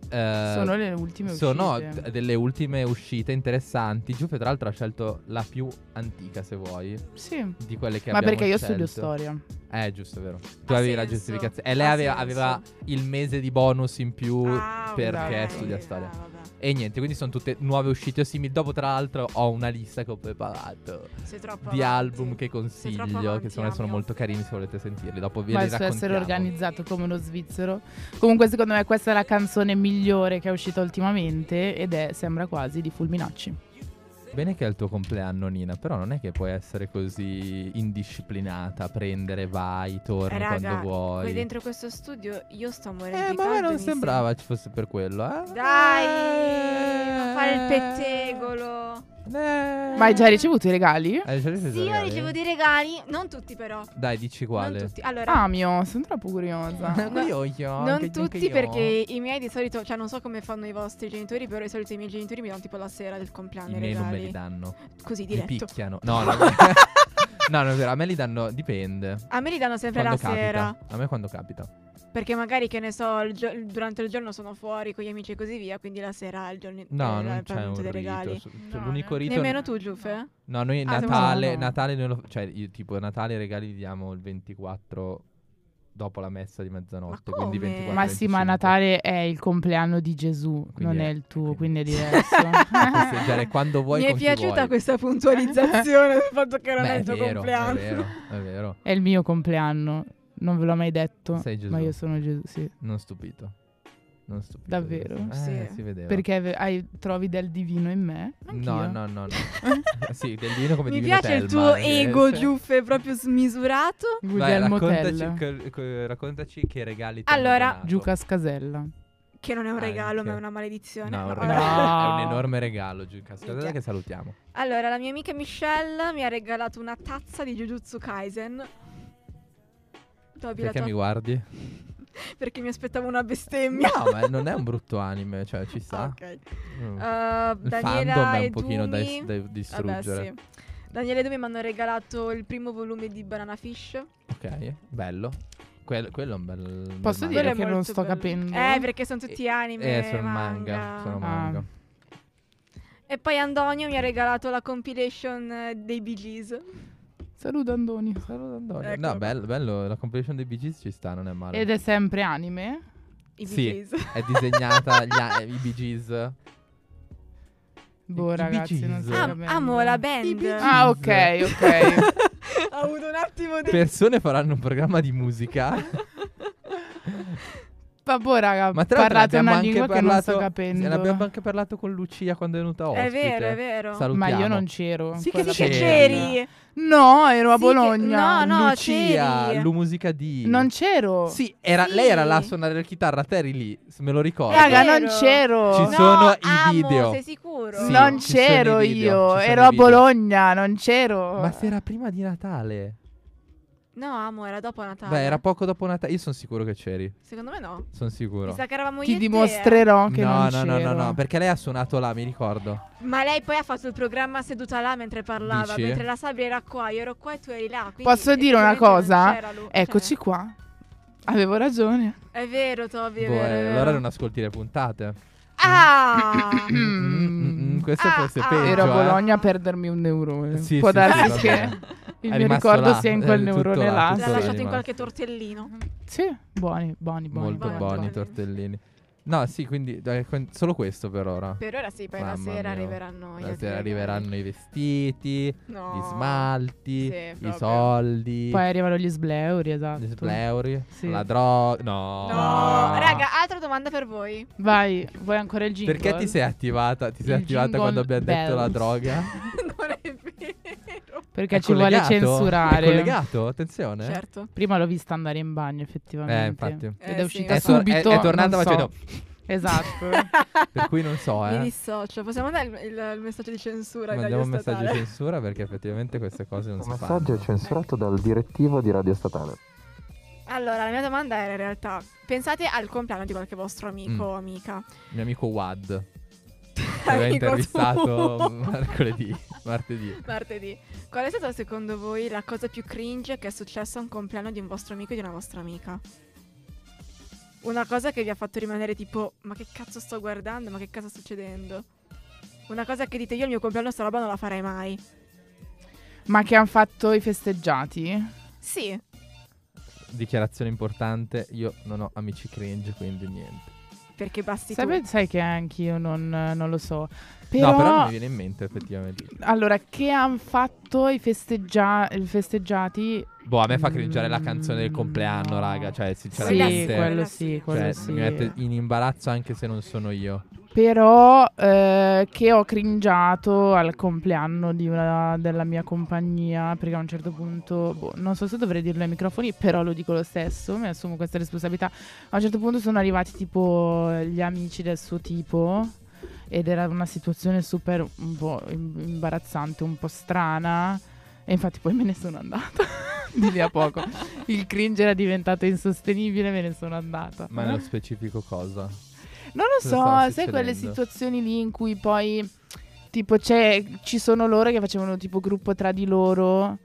eh,
sono le ultime uscite.
sono d- delle ultime uscite interessanti. Giuffe, tra l'altro, ha scelto la più antica, se vuoi,
Sì.
di quelle eh, che
Ma
abbiamo
perché io
scelto.
studio storia.
Eh, giusto, vero. Tu
Ha
avevi la
senso,
giustificazione. E lei
ha
aveva,
senso.
aveva il mese di bonus in più.
Ah,
perché
ok.
studia storia.
Ah, vabbè.
E niente, quindi sono tutte nuove uscite o simili. Dopo, tra l'altro, ho una lista che ho preparato
Sei troppo
di
avanti.
album che
Sei troppo
consiglio,
avanti,
che secondo me sono
Amio.
molto carini se volete sentirli. Dopo vi
Ma
li
su essere
raccontiamo.
organizzato come uno svizzero. Comunque, secondo me, questa è la canzone migliore che è uscita ultimamente. Ed è Sembra quasi di Fulminacci.
Bene che è il tuo compleanno, Nina, però non è che puoi essere così indisciplinata, prendere, vai, torni
Raga,
quando vuoi.
Poi dentro questo studio io sto morendo
Eh,
di
ma a me
caldo,
non
mi
sembrava ci fosse per quello, eh?
sembra- Dai, non fare il pettegolo.
Eh.
Ma hai già ricevuto i regali?
Hai già ricevuto
Sì,
i
io
regali?
ricevo dei regali, non tutti però.
Dai, dici
Non
quale.
tutti. Allora,
Ah, mio, sono troppo curiosa.
no,
io, io, anche-
non
anche
tutti
io.
perché i miei di solito, cioè non so come fanno i vostri genitori, però di solito i miei genitori mi danno tipo la sera del compleanno
I miei non me
regali.
li danno.
Così
Mi
diretto.
picchiano. No, no, no, non è vero. A me li danno, dipende.
A me li danno sempre
Quando
la
capita.
sera.
A me quando capita.
Perché magari, che ne so, il gio- durante il giorno sono fuori con gli amici e così via, quindi la sera è il giorno
No,
eh,
non
il
c'è
pagamento
un
dei
rito.
regali.
su-
No,
cioè, l'unico
neanche-
rito.
Nemmeno tu, Giuffe?
No, noi
Ah, siamo-
Natale,
no, no.
Natale, noi lo- cioè io tipo Natale i regali li diamo il 24 dopo la messa di mezzanotte,
Ma
quindi
come?
24
Ma sì, ma
25.
Natale è il compleanno di Gesù,
Quindi
non
è-
è il tuo, quindi
quindi-
è diverso.
Festeggiare quando vuoi
Mi è
con chi
piaciuta
vuoi.
questa puntualizzazione del fatto che non
Beh,
è il tuo
vero,
compleanno.
È vero, è vero.
Eh. è il mio compleanno, non ve l'ho mai detto,
Sei Gesù.
ma io sono Gesù, sì.
Non stupito. Non stupito.
Davvero?
di questo. Eh,
Sì.
si vedeva.
Perché ve- hai- trovi del divino in me? Anch'io.
No, no, no, no. sì, del divino come
Mi
divino
piace il
Telma,
tuo
eh,
ego,
sì.
Giuffe, proprio smisurato.
Vai,
Guglielmo
raccontaci,
Tell,
che- che- raccontaci che regali ti hanno
Allora-
donato.
Giuca Scasella.
Che non è un
Anche.
regalo, ma è una maledizione.
No, è un
No,
regalo.
No.
È un enorme regalo, Giuca. Scusate
Minchia.
che salutiamo.
Allora, la mia amica Michelle mi ha regalato una tazza di Jujutsu Kaisen. Toby, la
Perché
tua-
mi guardi?
Perché mi aspettavo una bestemmia.
No, ma non è un brutto anime, cioè ci
Ah,
sta.
ok.
Mm.
Uh,
il
Daniela
fandom è
e
un pochino da,
Dumi-
is- da
Vabbè,
distruggere.
sì. Daniele e Dumi mi hanno regalato il primo volume di Banana Fish.
Ok, bello. Quello, quello è un bel.
Posso
bel
dire
Quello è
manga.
che non
molto
sto
bello.
capendo?
Eh, perché sono tutti anime.
Eh, sono manga. Sono
Ah.
manga.
E poi Antonio mi ha regalato la compilation eh, dei Bee Gees.
Saluto Andoni.
Saluto Antonio.
Eccolo
No,
qua.
bello, bello, la compilation dei Bee Gees ci sta, non è male.
Ed è sempre anime?
I Bee
Sì.
Gees.
È disegnata gli a- i Bee Gees.
Boh,
I
ragazzi,
Bee
non sto
Gees.
Am-
capendo.
amo la band.
Bee
Ah, ok,
Gees.
ok.
Ho avuto un attimo di...
Persone faranno un programma di musica.
Ma boh, raga,
Ma
ma
tra l'altro
parlate
abbiamo
una
anche
lingua
parlato,
che non sto
sì,
capendo.
ne abbiamo anche parlato con Lucia quando è venuta ospite.
È vero, è vero.
Ma
Salutiamo.
io non c'ero.
Sì
Che
quella
dice
c'eri.
c'eri?
No, ero a
Sì, che-
Bologna.
No,
Lucia,
c'eri.
Lu Musica di
Non c'ero.
Sì, era-
Sì.
lei era là a suonare la chitarra, te eri lì, se me lo ricordo.
Raga,
vero.
non c'ero.
Ci
No,
sono i
amo,
video.
Sei sicuro?
Sì.
non
ci sono i
c'ero
video, ci
io.
sono
Ero
i
a
video.
Bologna, non c'ero.
Ma se era prima di Natale.
No, amo, era dopo Natale.
Beh, era poco dopo Natale. Io sono sicuro che c'eri,
Secondo me no.
sono sicuro.
Mi sa che eravamo
Ti
io e te, eh.
dimostrerò che
no,
non
no,
c'ero.
no, no, no, perché lei ha suonato là, mi ricordo.
Ma lei poi ha fatto il programma seduta là mentre parlava,
Dici?
mentre la sabbia era qua, io ero qua e tu eri là. quindi
Posso dire una
effettivamente non
cosa?
c'era lui, cioè,
Eccoci qua. Avevo ragione.
è vero, Toby, è
Boh,
vero.
eh,
è
allora
vero.
non ascolti le puntate.
Ah!
Mm, mm, mm, questo
Ah,
forse è
ah.
peggio.
Ero a
eh.
Bologna a perdermi un neurone.
Sì,
Può
sì, sì,
darsi che
vabbè.
il
È
mio
rimasto
ricordo
là,
sia in
eh,
quel
tutto
neurone
là, tutto
là.
L'ha
Sono
lasciato in
rimasto.
qualche tortellino.
Sì, buoni, buoni, buoni.
Molto
buoni,
buoni i
buoni.
tortellini. No, sì, quindi dai, con- solo questo per ora.
Per ora sì, poi la
Mamma
sera
mia.
arriveranno gli
La
altri
sera
regali.
arriveranno i vestiti,
No.
gli smalti,
Oh, Sì,
i
proprio.
soldi,
Poi arrivano gli sbleuri, esatto.
gli spleuri,
Sì.
la droga. No.
No, raga, altra domanda per voi.
Vai, vuoi ancora il jingle?
Perché ti sei attivata? Ti sei
Il
attivata
jingle
quando abbiamo detto la
bells.
droga?
non è vero.
Perché
È
ci vuole
collegato? È
censurare.
collegato, attenzione.
Certo.
Prima l'ho vista andare in bagno, effettivamente.
Eh, infatti.
Ed
Eh,
è
sì,
uscita
È, tor-
infatti.
è-
subito.
è tornata
non so.
facendo.
Esatto.
Per cui non so,
Mi
eh.
dissocio. Possiamo dare il, il- il messaggio di censura? in
Mandiamo
Radio
un messaggio di
Statale?
censura perché effettivamente queste cose non
Il
si fanno.
messaggio è censurato dal direttivo di Radio Statale.
Allora, la mia domanda era in realtà: pensate al compleanno di qualche vostro amico
Mm.
o amica.
Mio amico Wad. Che aveva
Amico
intervistato
tuo.
mercoledì, martedì.
Martedì. Qual è stata secondo voi la cosa più cringe che è successa a un compleanno di un vostro amico e di una vostra amica? Una cosa che vi ha fatto rimanere tipo: Ma che cazzo sto guardando? Ma che cazzo sta succedendo? Una cosa che dite io al mio compleanno sta roba non la farei mai.
Ma che hanno fatto i festeggiati?
Sì,
Dichiarazione importante, io non ho amici cringe, quindi niente.
perché basti tu.
Sai, sai che anch'io non, non lo so.
No, però non mi viene in mente effettivamente.
Allora, che hanno fatto i, festeggia- i festeggiati?
Boh, a me fa cringiare la
Mm,
canzone del compleanno,
no.
raga, cioè
Sì,
sinceramente.
quello sì,
Cioè,
quello
cioè,
sì.
mi mette in imbarazzo anche se non sono io.
Però eh, che ho cringiato al compleanno di una, della mia compagnia, perché a un certo punto, boh, non so se dovrei dirlo ai microfoni, però lo dico lo stesso, mi assumo questa responsabilità. A un certo punto sono arrivati tipo gli amici del suo tipo ed era una situazione super un po' im- imbarazzante, un po' strana e infatti poi me ne sono andata. Di lì a poco il cringe era diventato insostenibile, me ne sono andata.
Ma nello specifico cosa?
Non lo
Cosa
so,
stava
sai quelle
succedendo?
situazioni lì in cui poi tipo c'è, ci sono loro che facevano tipo gruppo tra di loro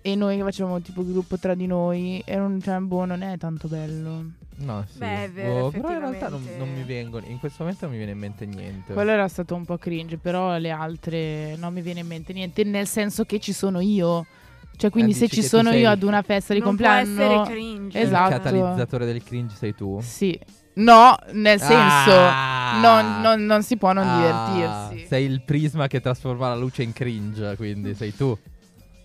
e noi che facevamo tipo gruppo tra di noi e non, cioè, boh, non è tanto bello.
No, sì.
Beh, è vero,
Boh, però in realtà non,
effettivamente.
non mi vengono, in questo momento non mi viene in mente niente.
Quello era stato un po' cringe, però le altre non mi viene in mente niente, nel senso che ci sono io. Cioè, quindi se
Eh, dici
ci
che tu
sono
sei
io
il-
ad una festa di
non può
compleanno...
essere cringe.
Esatto.
Il catalizzatore del cringe sei tu.
Sì. No, nel senso,
Ah!
non, non- non si può non
Ah,
divertirsi.
Sei il prisma che trasforma la luce in cringe, quindi sei tu.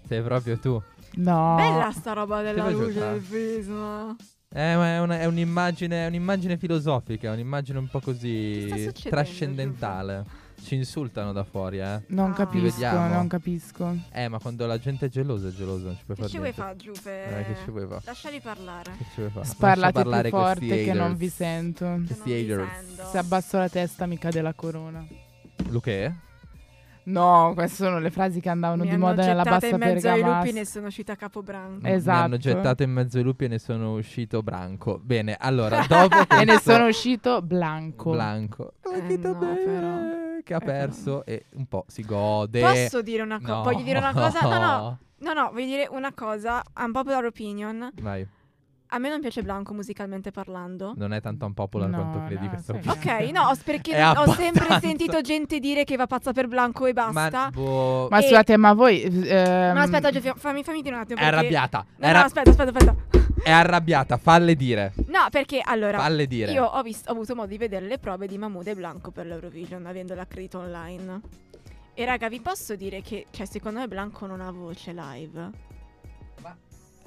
Sei proprio tu.
No.
Bella sta roba della
vuoi
luce
giocare?
del prisma.
Eh, ma è, una- è un'immagine, è un'immagine filosofica, è un'immagine un po'
Che sta
così
succedendo,
trascendentale. Ci insultano da fuori, eh.
Non
Ah.
capisco,
Rivediamo.
non capisco.
Eh, ma quando la gente è gelosa, è gelosa, non ci puoi
Che
fare
ci vuoi
niente.
fare, Giupe?
Eh, che ci vuoi fare?
Lasciali parlare.
Che ci vuoi fare? Lascia
Sparlate
parlare
più
questi
forte che non
haters.
vi sento.
Che
Questi
non ti
haters.
sento.
Se abbasso la testa mi cade la corona.
Lo che?
No, queste sono le frasi che andavano
Mi
di
hanno
moda nella
gettata
bassa
in mezzo ai lupi
bergamasca.
ne sono uscita capobranca.
Eh,
Mi
Esatto.
hanno gettato in mezzo ai lupi e ne sono uscito branco. Bene, allora, dopo questo
E ne sono uscito blanco.
blanco.
Eh,
Blanchito
no,
bene,
però.
Che ha
Eh, però.
perso e un po' si gode.
Posso dire una cosa?
No.
Voglio dire una cosa? No, no, no, no, voglio dire una cosa. Unpopular opinion.
Vai,
A me non piace Blanco musicalmente parlando.
non è tanto un popular
No,
quanto credi
no,
questa
sì.
opinione.
Ok, no, s- perché
È
ho sempre
abbastanza.
sentito gente dire che va pazza per Blanco e
Ma
basta.
boh,
Ma
E-
scusate, ma voi... ehm,
No, aspetta, Gio, fammi, fammi dire un attimo.
è
perché-
arrabbiata.
No,
era-
no, aspetta, aspetta, aspetta.
È arrabbiata, falle dire.
No, perché allora,
Falle dire.
Io ho, vis- ho avuto modo di vedere le prove di Mahmood e Blanco per l'Eurovision, avendola accredito online. E raga, vi posso dire che, cioè, secondo me Blanco non ha voce live.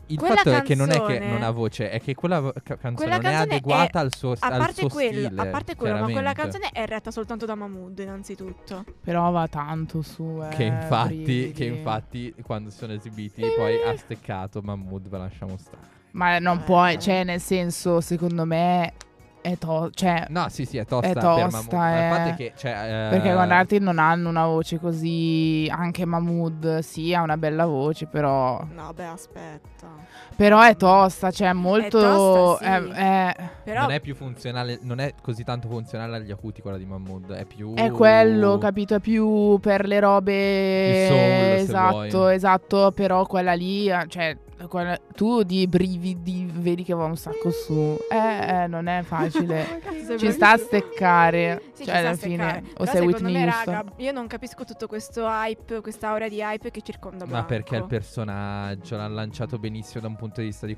Il
quella
fatto è che non è che
canzone-
non ha voce, è che quella vo- ca- canzone
Quella
non è
canzone
adeguata
è-
al suo,
A
al
parte
suo
quello,
stile.
a parte quello, ma quella
chiaramente.
canzone è retta soltanto da Mahmood, innanzitutto.
Però va tanto su, eh,
Che infatti,
brividi.
che infatti quando si sono esibiti poi ha steccato Mahmood, ve lasciamo stare.
Ma non
Eh,
puoi,
eh.
cioè nel senso, secondo me è to- cioè
No, sì, sì, è tosta,
È
per
tosta,
Mahmood. Ma il fatto
eh.
è che cioè, eh,
perché con Arti non hanno una voce così, anche Mahmood sì, ha una bella voce, però
No, beh, aspetta.
però è tosta, cioè è molto
tosta, sì.
è, è-
Però
non è più funzionale, non è così tanto funzionale agli acuti quella di Mahmood, è più Uh,
è quello, capito, è più per le robe
Il soul, se
Esatto,
vuoi.
esatto, però quella lì, eh, cioè quella- tu di brividi vedi che va un sacco su. Eh, eh, non è facile.
Cazzo,
Ci
è
sta a
bravissimo.
steccare.
Sì, ci
cioè,
sta a
alla
steccare.
fine. O
Però
sei
secondo
Whitney
me,
Houston.
raga, io non capisco tutto questo hype, questa aura di hype che circonda
Ma
Blanco.
perché il personaggio l'ha lanciato benissimo da un punto di vista di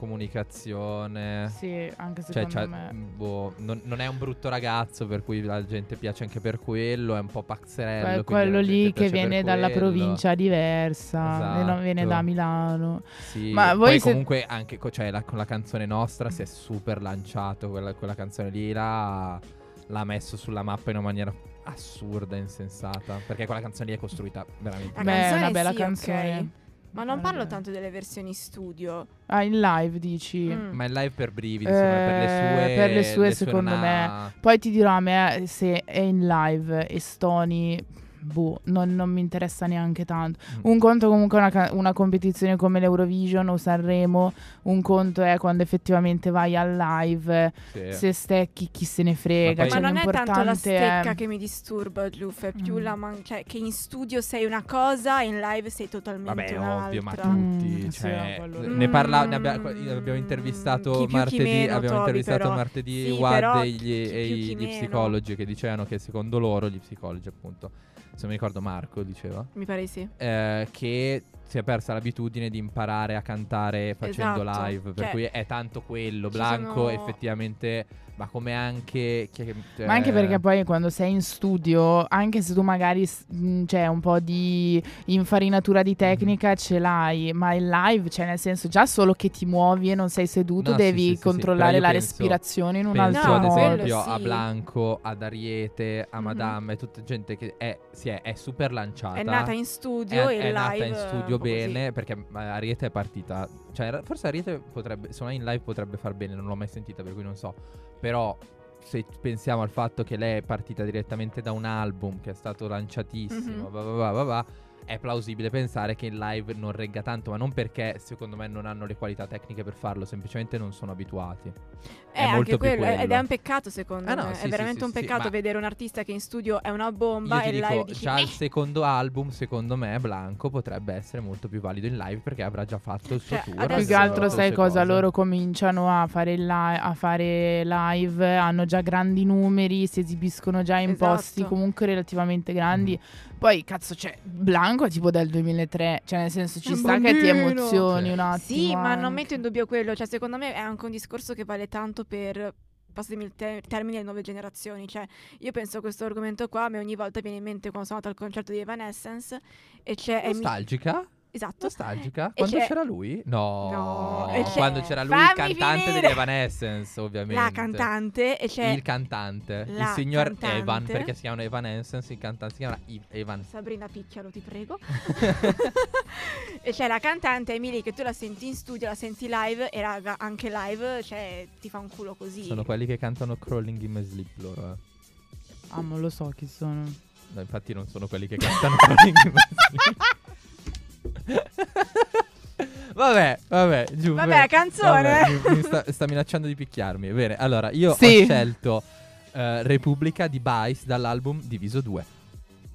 comunicazione.
Sì, anche
Cioè,
secondo
c'ha-
me.
mh, boh, non, non è un brutto ragazzo per cui la gente piace anche per quello, è un po' pazzerello.
Que-
quindi
quello
alla gente
lì che
piace per
viene dalla
quello.
provincia diversa, e non viene
Esatto.
da Milano.
Sì,
Ma
poi
voi se-
comunque anche co- cioè, la- con la canzone nostra si è super lanciato, quella, quella canzone lì l'ha, l'ha messo sulla mappa in una maniera assurda, insensata, perché quella canzone lì è costruita veramente.
La
Beh, è
canzone
una bella
sì,
canzone.
ok. Ma non
Bella,
parlo
bella.
tanto delle versioni studio.
Ah, in live dici.
Mm.
Ma il live per brividi, insomma, per le
Eh,
sue...
per le sue, secondo
non
me.
ha-
Poi ti dirò a me se è in live e Stony. Boh, non, non mi interessa neanche tanto.
Mm.
Un conto comunque è una, ca- una competizione come l'Eurovision o Sanremo, un conto è quando effettivamente vai al live,
Sì.
se stecchi chi se ne frega.
Ma poi-
Ma
cioè,
non è tanto la
l'importante è-
stecca che mi disturba, Giuffe, è più
Mm.
la man- cioè, che in studio sei una cosa e in live sei totalmente
Vabbè,
un'altra.
ovvio, ma
Mm,
tutti.
sì,
cioè,
no, quello-
ne parla, ne abbia-
Mm,
abbiamo intervistato
chi più, chi
martedì,
meno,
abbiamo
Toby,
intervistato
però.
martedì
Sì,
Wad
però
e
chi-
gli,
chi
e
più,
gli
chi meno.
psicologi che dicevano che secondo loro, gli psicologi appunto, se mi ricordo Marco diceva,
Mi pare sì.
eh, che si è persa l'abitudine di imparare a cantare facendo
Esatto,
live, per
cioè,
cui è tanto quello,
ci
Blanco
sono-
effettivamente, ma come anche... chi è che-
Ma anche
eh,
perché poi quando sei in studio, anche se tu magari s- mh, c'è un po' di infarinatura di tecnica,
Mm-hmm.
ce l'hai, ma in live, cioè nel senso già solo che ti muovi e non sei seduto,
No, sì,
devi
sì, sì, sì,
controllare
però io
la
penso-
respirazione in un
Penso
altro
ad
No,
modo.
quello
esempio a
sì.
Blanco, ad Ariete, a
Mhm.
Madame, tutta gente che è, si è, è super lanciata.
È nata in studio
è,
e
è
live.
nata in
eh,
studio
un po' così.
bene perché eh, Ariete è partita. Cioè, era- forse Ariete potrebbe, secondo me in live potrebbe far bene, non l'ho mai sentita, per cui non so. Però se pensiamo al fatto che lei è partita direttamente da un album che è stato lanciatissimo,
Mhm.
va, va, va, va, va, è plausibile pensare che in live non regga tanto, ma non perché secondo me non hanno le qualità tecniche per farlo, semplicemente non sono abituati.
Eh,
è
anche
molto più
quello,
quello.
Ed è un peccato secondo
Ah, no,
me.
sì,
è
sì,
veramente
sì,
un
sì,
peccato
ma-
vedere un artista che in studio è una
Io
bomba
ti
e live Eh.
dico,
dici
già
"Meh".
il secondo album, secondo me, Blanco potrebbe essere molto più valido in live perché avrà già fatto il suo
Cioè,
tour.
adesso-
avrà
Più che
già
altro
fatto le
sai
sue
cosa?
cose.
Loro cominciano a fare, il li- a fare live, hanno già grandi numeri, si esibiscono già in
Esatto.
posti comunque relativamente grandi. Poi, cazzo, c'è Blanco è tipo del 2003, cioè nel senso
È
ci
un
sta che ti
bambino.
emozioni
Sì.
un attimo.
Sì, ma non
anche.
metto in dubbio quello, cioè secondo me è anche un discorso che vale tanto per, passatemi il te- termine, le nuove generazioni, cioè io penso a questo argomento qua, mi ogni volta viene in mente quando sono andata al concerto di Evanescence e c'è... Amy-
Nostalgica?
Esatto.
Nostalgica?
Eh, E
Quando
c'è-
c'era lui? No.
No, e c'è-
Quando c'era lui, il
Fammi
cantante
finire!
degli Evanescence, ovviamente.
La cantante e c'è
Il cantante. Il
La
signor
cantante.
Evan, perché si chiamano Evanescence, il cantante si chiama I- Evan.
Sabrina picchialo, ti prego. e c'è la cantante Emily che tu la senti in studio, la senti live e raga, anche live, cioè ti fa un culo così.
Sono quelli che cantano Crawling in My Sleep loro. eh.
Ah, non lo so chi sono.
No, infatti non sono quelli che cantano Crawling in My Sleep. Vabbè, vabbè, giù.
Vabbè,
bene.
canzone.
Vabbè, mi- mi sta, sta minacciando di picchiarmi. Bene, allora io
Sì.
ho scelto eh, Repubblica di Bice dall'album Diviso 2.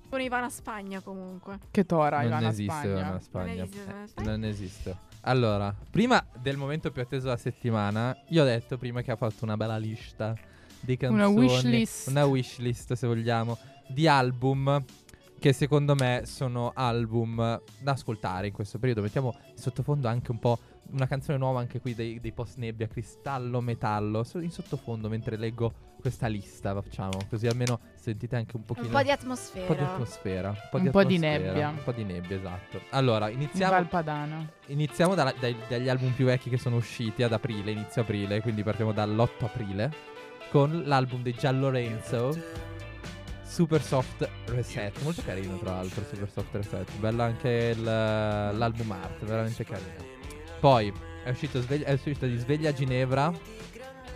Con Ivana Spagna comunque.
Che tora,
non
Ivana
esiste
Spagna.
Ivana Spagna.
Non esiste Ivana
Eh,
Spagna?
Non esiste. Allora, prima del momento più atteso della settimana, io ho detto prima che ha fatto una bella lista di canzoni,
Una wishlist.
una wishlist, se vogliamo, di album che secondo me sono album da ascoltare in questo periodo. Mettiamo in sottofondo anche un po' una canzone nuova anche qui dei, dei post nebbia, cristallo, metallo, so- in sottofondo mentre leggo questa lista, facciamo, così almeno sentite anche un pochino
Un po' di
un po' di
atmosfera.
atmosfera. Un po'
Un
di,
po' di
atmosfera,
nebbia.
Un po' di nebbia, esatto. Allora,
Siamo...
iniziamo,
Valpadana.
iniziamo dalla- dai- dagli album più vecchi che sono usciti ad aprile, inizio aprile, quindi partiamo dall'8 aprile, con l'album di Gian Lorenzo, Super Soft Reset. Molto carino, tra l'altro, Super Soft Reset. Bella anche il- l'album art, veramente carino. Poi è uscito, Sveglia- è uscito di Sveglia a Ginevra,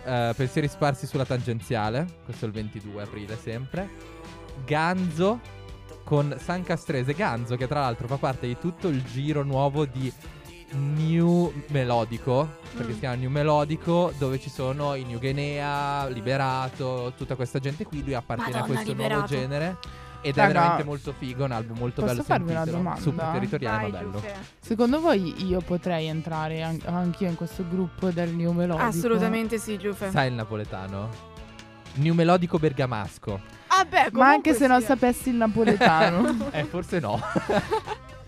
eh, Pensieri sparsi sulla tangenziale, questo è il 22 aprile sempre. Ganzo con San Castrese, Ganzo che tra l'altro fa parte di tutto il giro nuovo di New Melodico, perché
Mm.
si chiama New Melodico, dove ci sono i New Guinea, Liberato, tutta questa gente qui, lui appartiene a
Madonna,
questo nuovo
Liberato.
genere. Ed è
Raga,
veramente molto figo, un album molto
posso
bello.
farvi una
sentitelo.
domanda?
Super territoriale,
Vai,
ma bello.
Giuffe.
Secondo voi io potrei entrare an- anch'io in questo gruppo del New Melodico?
Assolutamente sì, Giuffe.
Sai il napoletano? New melodico bergamasco.
Vabbè,
Ma anche
comunque
se non
sì.
sapessi il napoletano.
Eh, forse no.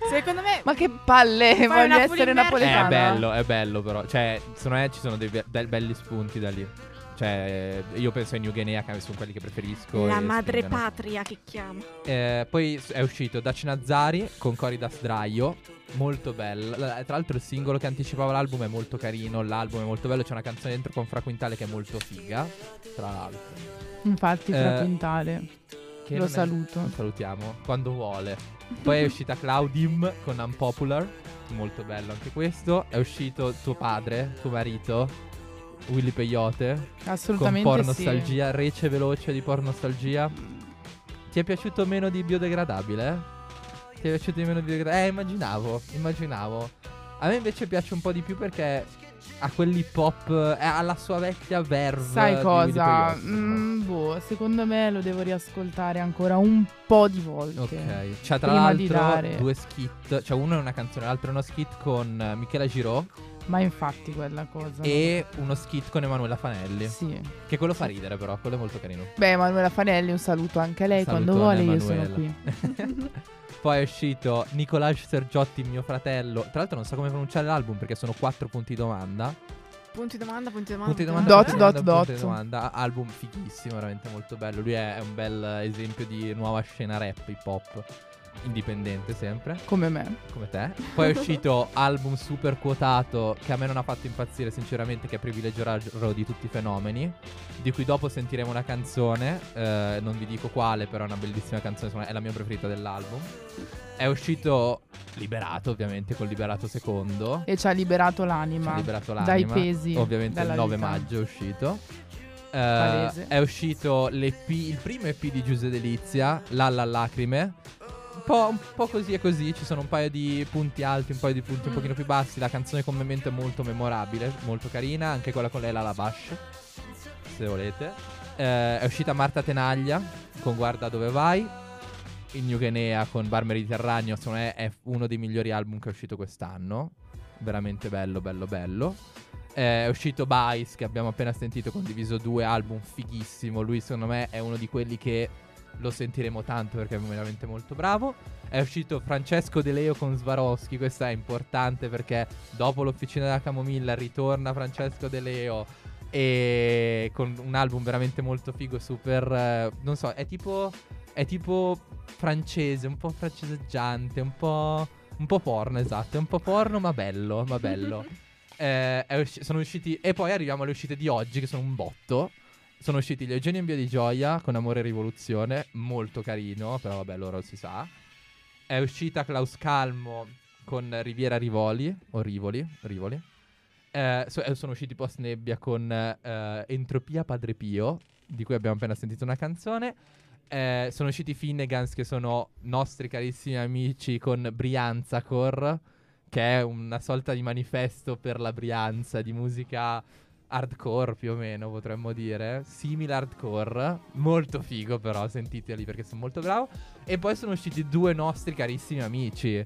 Secondo me
ma che palle,
Fai
voglio
una
essere
full immersion.
napoletano.
Eh, è bello, è bello però. Cioè, secondo me ci sono dei be- dei belli spunti da lì. Cioè, io penso ai New Guinea, che sono quelli che preferisco.
la
e
madre
spingono.
patria che chiama.
Eh, poi s- è uscito Daci Nazzari con Cori da Sdraio. Molto bello. La- Tra l'altro, il singolo che anticipava l'album è molto carino. L'album è molto bello. C'è una canzone dentro con Fra Quintale che è molto figa. Tra l'altro,
Infatti, fra
Eh,
quintale.
Che
Lo
non è-
saluto.
lo salutiamo quando vuole. Poi è uscita Claudim con Unpopular. Molto bello anche questo. È uscito tuo padre, tuo marito, Willy Peyote. Con
Assolutamente sì.
Pornostalgia, Rece veloce di Pornostalgia. Ti è piaciuto meno di biodegradabile? Ti è piaciuto di meno di biodegradabile? Eh, immaginavo, immaginavo. A me invece piace un po' di più perché ha quell'hip hop, eh, ha la sua vecchia verve.
Sai
di
cosa?
Willy Peyote, secondo me.
Mm, boh, secondo me lo devo riascoltare ancora un po' di volte.
Ok, c'è tra
Prima di
l'altro
dare-
due skit, cioè uno è una canzone, l'altro è uno skit con eh, Michela Giro
Ma infatti quella cosa.
e uno skit con Emanuela Fanelli,
Ah. Sì.
che quello fa ridere però, quello è molto carino.
Beh, Emanuela Fanelli, un saluto anche a lei. Quando vuole,
Salutone,
io sono
Emanuela.
qui.
Poi è uscito Nicolaj Sergiotti, mio fratello, tra l'altro non so come pronunciare l'album perché sono quattro punti domanda,
Punti domanda, punti domanda.
punti domanda,
Dot,
punti
dot,
domanda, punti
dot.
domanda, album fighissimo, veramente molto bello, lui è è un bel esempio di nuova scena rap, hip hop, indipendente sempre.
Come me.
come te. Poi è uscito album super quotato che a me non ha fatto impazzire sinceramente, che è Privilegio Raro di tutti i fenomeni, di cui dopo sentiremo una canzone, eh, non vi dico quale, però è una bellissima canzone, secondo me è la mia preferita dell'album. È uscito Liberato, ovviamente, con Liberato secondo.
E ci ha liberato
Ci
l'anima.
ha liberato
dai
l'anima.
pesi.
Ovviamente il
dalla
9
vita.
maggio è uscito. Eh,
Palese.
è uscito l'EP, il primo EP di Giuse Delizia, La La Lacrime. Un po', un po' così e così, ci sono un paio di punti alti, un paio di punti un
Mm.
pochino più bassi. La canzone con Memento è molto memorabile, molto carina, anche quella con Leila Lavash, se volete. Eh, è uscita Marta Tenaglia con Guarda dove vai. In New Guinea con Bar Mediterraneo, secondo me è uno dei migliori album che è uscito quest'anno. Veramente bello, bello, bello. Eh, è uscito Bice che abbiamo appena sentito, condiviso due album fighissimo. Lui secondo me è uno di quelli che lo sentiremo tanto perché è veramente molto bravo. È uscito Francesco De Leo con Swarovski, questa è importante perché dopo l'Officina della Camomilla ritorna Francesco De Leo e con un album veramente molto figo, super... eh, non so, è tipo... è tipo francese, un po' franceseggiante, un po'... un po' porno, esatto, è un po' porno ma bello, ma bello. Eh, è usci- sono usciti. E poi arriviamo alle uscite di oggi, che sono un botto. Sono usciti gli Eugenio in via di gioia con Amore e Rivoluzione, molto carino, però vabbè, loro si sa. È uscita Klaus Calmo con Riviera Rivoli, o Rivoli, Rivoli. Eh, so- eh, sono usciti Post Nebbia con eh, Entropia Padre Pio, di cui abbiamo appena sentito una canzone. Eh, sono usciti Finnegans, che sono nostri carissimi amici, con Brianza Core che è una sorta di manifesto per la Brianza di musica hardcore più o meno potremmo dire simile hardcore molto figo però sentiteli perché sono molto bravo e poi sono usciti due nostri carissimi amici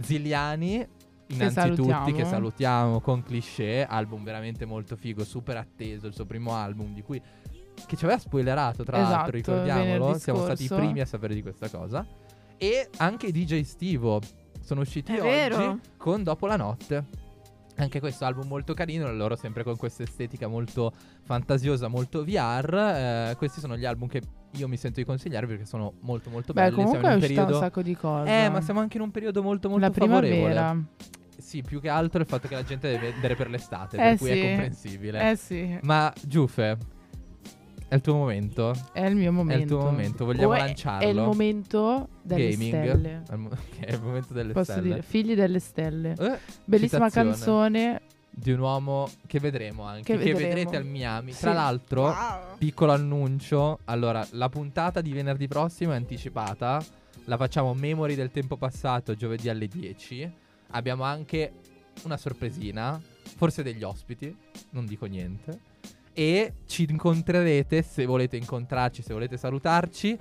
Ziliani innanzitutto che
salutiamo.
salutiamo con cliché album veramente molto figo super atteso il suo primo album di cui che ci aveva spoilerato tra l'altro
Esatto,
ricordiamolo
venerdì
siamo stati i
scorso.
primi a sapere di questa cosa e anche i DJ Stivo sono usciti
È
oggi
vero.
con Dopo la notte. Anche questo album molto carino, loro sempre con questa estetica molto fantasiosa, molto VR. eh, questi sono gli album che io mi sento di consigliarvi perché sono molto molto
Beh,
belli.
comunque è
siamo in un
uscita
periodo...
un sacco di cose.
Eh, ma siamo anche in un periodo molto molto
la
favorevole.
primavera.
Sì, più che altro il fatto che la gente deve vendere per l'estate,
Eh,
per cui
sì.
è comprensibile.
Eh sì,
Ma Giuffe, è il tuo momento?
è il mio momento.
È il tuo momento, vogliamo
O è-
lanciarlo?
È il momento delle
Gaming.
stelle.
Al mo- che è il momento delle
Posso
stelle.
dire, figli delle stelle.
Eh,
Bellissima
citazione.
canzone.
di un uomo che vedremo anche, che,
Che vedremo.
vedrete al Miami.
Sì.
Tra l'altro,
Wow.
piccolo annuncio, allora la puntata di venerdì prossimo è anticipata, la facciamo Memory del tempo passato giovedì alle 10, abbiamo anche una sorpresina, forse degli ospiti, non dico niente, e ci incontrerete, se volete incontrarci, se volete salutarci,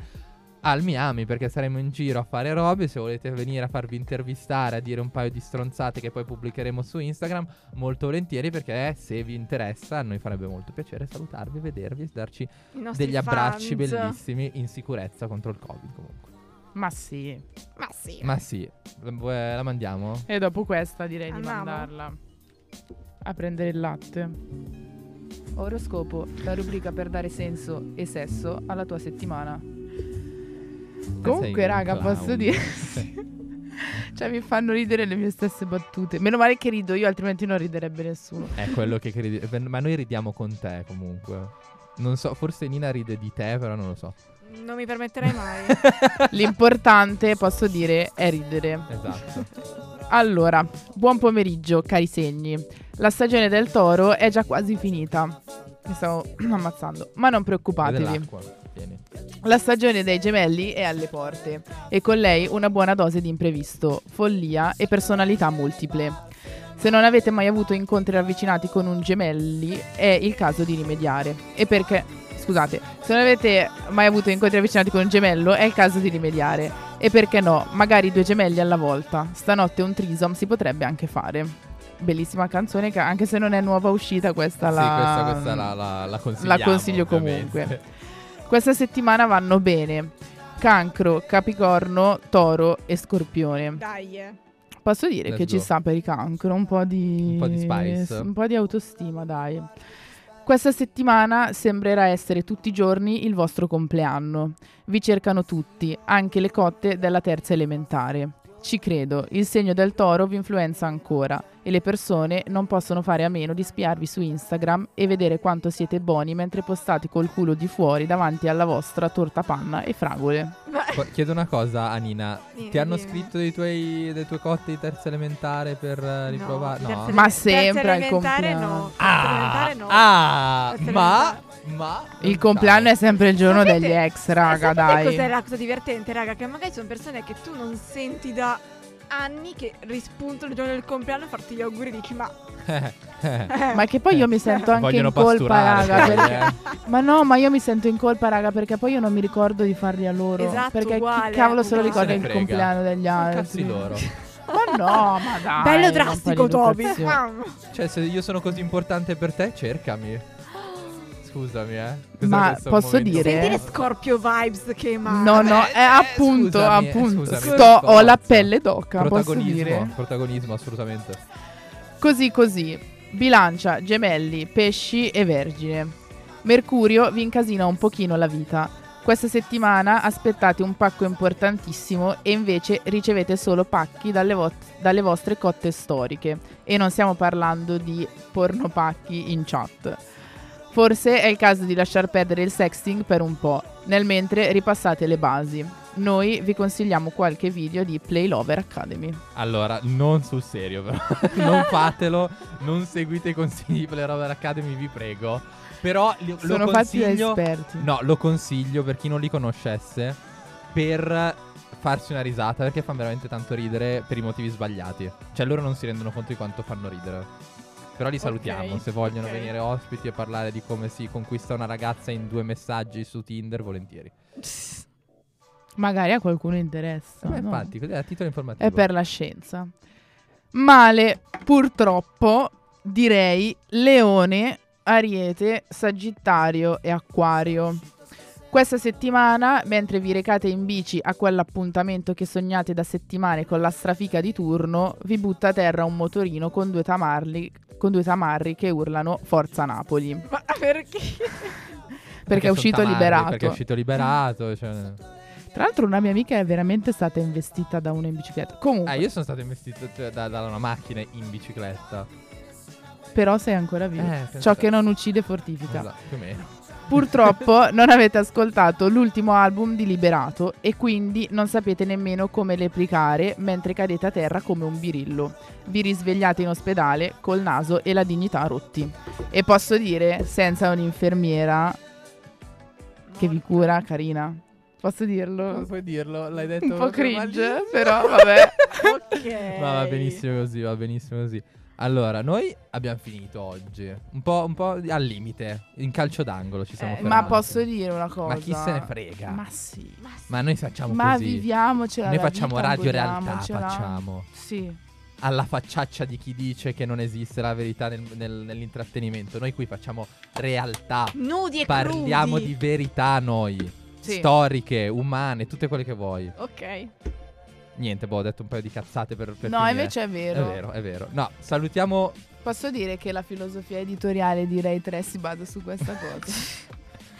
al Miami perché saremo in giro a fare robe. Se volete venire a farvi intervistare, a dire un paio di stronzate che poi pubblicheremo su Instagram, molto volentieri perché eh, se vi interessa a noi farebbe molto piacere salutarvi, vedervi, darci
I nostri
degli abbracci
fans.
bellissimi in sicurezza contro il Covid comunque.
Ma sì.
Ma sì.
Ma sì, la vuoi- la mandiamo?
E dopo questa direi
Andiamo?
di mandarla a prendere il latte.
Oroscopo, la rubrica per dare senso e sesso alla tua settimana.
sei
Comunque,
un
raga,
clown.
posso dire. cioè, mi fanno ridere le mie stesse battute. Meno male che rido io, altrimenti non riderebbe nessuno.
È quello che credi. eh, Ma noi ridiamo con te comunque. Non so, forse Nina ride di te, però non lo so.
Non mi permetterei mai.
L'importante, posso dire, è ridere.
Esatto.
Allora, buon pomeriggio, cari segni. La stagione del toro è già quasi finita. Mi stavo ammazzando, ma non preoccupatevi.
Dell'acqua. Tieni.
La stagione dei gemelli è alle porte e con lei una buona dose di imprevisto, follia e personalità multiple. Se non avete mai avuto incontri ravvicinati con un gemelli, è il caso di rimediare. E perché? Scusate, se non avete mai avuto incontri avvicinati con un gemello, è il caso di rimediare. E perché no? Magari due gemelli alla volta. Stanotte un trisom si potrebbe anche fare. Bellissima canzone, che anche se non è nuova uscita, questa la.
Sì, questa, questa la, la, la consigliamo,
la consiglio
ovviamente.
comunque. Questa settimana vanno bene Cancro, Capricorno, Toro e Scorpione.
Dai. eh.
Posso dire
Let's
che ci
go.
sta per i cancro un po' di
Un po' di spice.
un po' di autostima, dai. Questa settimana sembrerà essere tutti i giorni il vostro compleanno. Vi cercano tutti, anche le cotte della terza elementare. Ci credo, il segno del toro vi influenza ancora e le persone non possono fare a meno di spiarvi su Instagram e vedere quanto siete buoni mentre postate col culo di fuori davanti alla vostra torta panna e fragole.
Ma-
Po- Chiedo una cosa a Nina.
Dimmi,
Ti hanno
dimmi.
scritto dei tuoi, dei tuoi cotti di terza elementare per eh, riprovare?
terza
No.
ele-
Ma
terza
sempre al
elementare
compleanno.
no.
Ah,
Terza elementare no.
ah,
Terza
ma,
elementare.
ma...
Il compleanno è sempre il giorno
Sapete-
degli ex, raga,
Sapete
dai.
Cos'è la cosa divertente, raga? Che magari sono persone che tu non senti da anni che rispuntano il giorno del compleanno a farti gli auguri e dici ma...
Ma che poi io mi sento anche
Vogliono
in colpa,
pasturare.
raga.
poi,
perché-
eh.
Ma no, ma io mi sento in colpa, raga, perché poi io non mi ricordo di farli a loro.
Esatto,
perché
uguale,
chi cavolo se lo
uguale.
Se
ricorda
ne
il
frega.
compleanno degli
Cazzi
altri?
loro.
Ma no, ma dai.
Bello
un po'
drastico,
di
Toby.
educazione.
Bam.
Cioè, se io sono così importante per te, cercami. Scusami, eh.
Ma
questo è un
posso
momento-
dire-
Senti le Scorpio vibes che emana.
No, no,
eh,
è appunto,
scusami, eh,
appunto.
scusami,
sto,
per
ho la
forza.
pelle d'oca, posso
protagonismo,
dire.
protagonismo assolutamente.
Così così. Bilancia, gemelli, pesci e vergine. Mercurio vi incasina un pochino la vita. Questa settimana aspettate un pacco importantissimo e invece ricevete solo pacchi dalle, vo- dalle vostre cotte storiche. E non stiamo parlando di pornopacchi in chat. Forse è il caso di lasciar perdere il sexting per un po', nel mentre ripassate le basi. Noi vi consigliamo qualche video di Playlover Academy.
Allora, non sul serio, però. non fatelo. Non seguite i consigli per le Rover Academy, vi prego. Però li- lo
Sono fatti da
consiglio.
esperti.
No, lo consiglio per chi non li conoscesse. Per farsi una risata, perché fanno veramente tanto ridere per i motivi sbagliati. Cioè, loro non si rendono conto di quanto fanno ridere. Però li salutiamo.
Ok,
Se vogliono
ok.
venire ospiti e parlare di come si conquista una ragazza in due messaggi su Tinder, volentieri.
Magari a qualcuno interessa.
No,
no?
infatti, così è a titolo informativo.
È per la scienza. Male, purtroppo, direi leone, ariete, sagittario e acquario. Questa settimana, mentre vi recate in bici a quell'appuntamento che sognate da settimane con la strafica di turno, vi butta a terra un motorino con due tamarli- con due tamarri che urlano Forza Napoli.
Ma perché?
Perché è
son
uscito
tamarri,
liberato.
Perché è uscito liberato. Cioè...
Tra l'altro una mia amica è veramente stata investita da uno in bicicletta. Comunque,
Ah, io sono stato investito cioè, da, da una macchina in bicicletta.
però sei ancora vivo.
Eh,
Ciò che non uccide fortifica.
Esatto, più o meno.
Purtroppo non avete ascoltato l'ultimo album di Liberato e quindi non sapete nemmeno come replicare mentre cadete a terra come un birillo. Vi risvegliate in ospedale col naso e la dignità rotti. E posso dire, senza un'infermiera che vi cura, carina. Posso dirlo?
puoi dirlo, l'hai detto.
Un po' cringe, però vabbè.
Ok.
Ma va benissimo così, va benissimo così. Allora, noi abbiamo finito oggi. Un po', un po' al limite. In calcio d'angolo ci siamo
Eh,
fermati.
Ma posso dire una cosa?
Ma chi se ne frega?
Ma
Ma,
sì.
Ma
noi facciamo
Ma
così.
viviamocela.
noi
la
facciamo
vita,
radio realtà,
godiamocela.
facciamo.
Sì.
Alla facciaccia di chi dice che non esiste la verità nel- nel- nell'intrattenimento. Noi qui facciamo realtà.
Nudi e
Parliamo
crudi.
di verità noi.
Sì.
Storiche, umane, tutte quelle che vuoi.
Ok.
Niente, boh, ho detto un paio di cazzate per, per
No,
finire.
invece è
È
vero.
vero, è vero. No, salutiamo
Posso dire che la filosofia editoriale di Rai 3 si basa su questa cosa.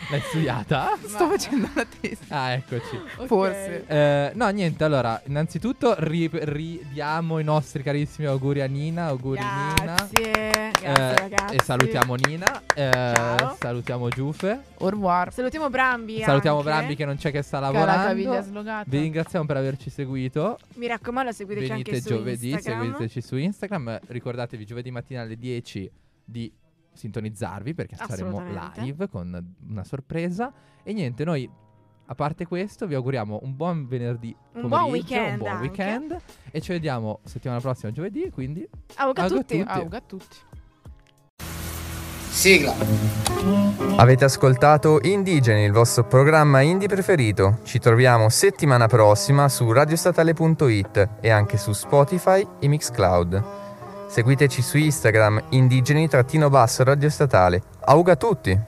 L'hai studiata?
Sto facendo la testa.
Ah, eccoci.
ok.
Forse.
Eh, no, niente, allora, innanzitutto ri- ridiamo i nostri carissimi auguri a Nina, auguri Nina.
Grazie. Grazie
Eh,
ragazzi.
E salutiamo Nina, eh,
Ciao.
salutiamo Giuffe,
Au revoir.
Salutiamo Brambi.
salutiamo
anche.
Brambi che non c'è che sta
Caviglia
lavorando.
slogata.
Vi ringraziamo per averci seguito.
Mi raccomando, seguiteci
Venite
anche su
giovedì,
Instagram.
seguiteci su Instagram. Eh, Ricordatevi giovedì mattina alle 10 di sintonizzarvi perché saremo
Assolutamente.
live con una sorpresa. E niente, noi a parte questo vi auguriamo un buon venerdì
Un buon
pomeriggio, un
weekend
buon
anche.
weekend e ci vediamo settimana prossima giovedì, quindi
Auga
Auga
a
a
tutti.
tutti.
Auga a tutti.
Sigla.
Avete ascoltato Indigeni, il vostro programma indie preferito. Ci troviamo settimana prossima su radiostatale.it e anche su Spotify e Mixcloud. Seguiteci su Instagram indigeni-radio statale. Auga a tutti!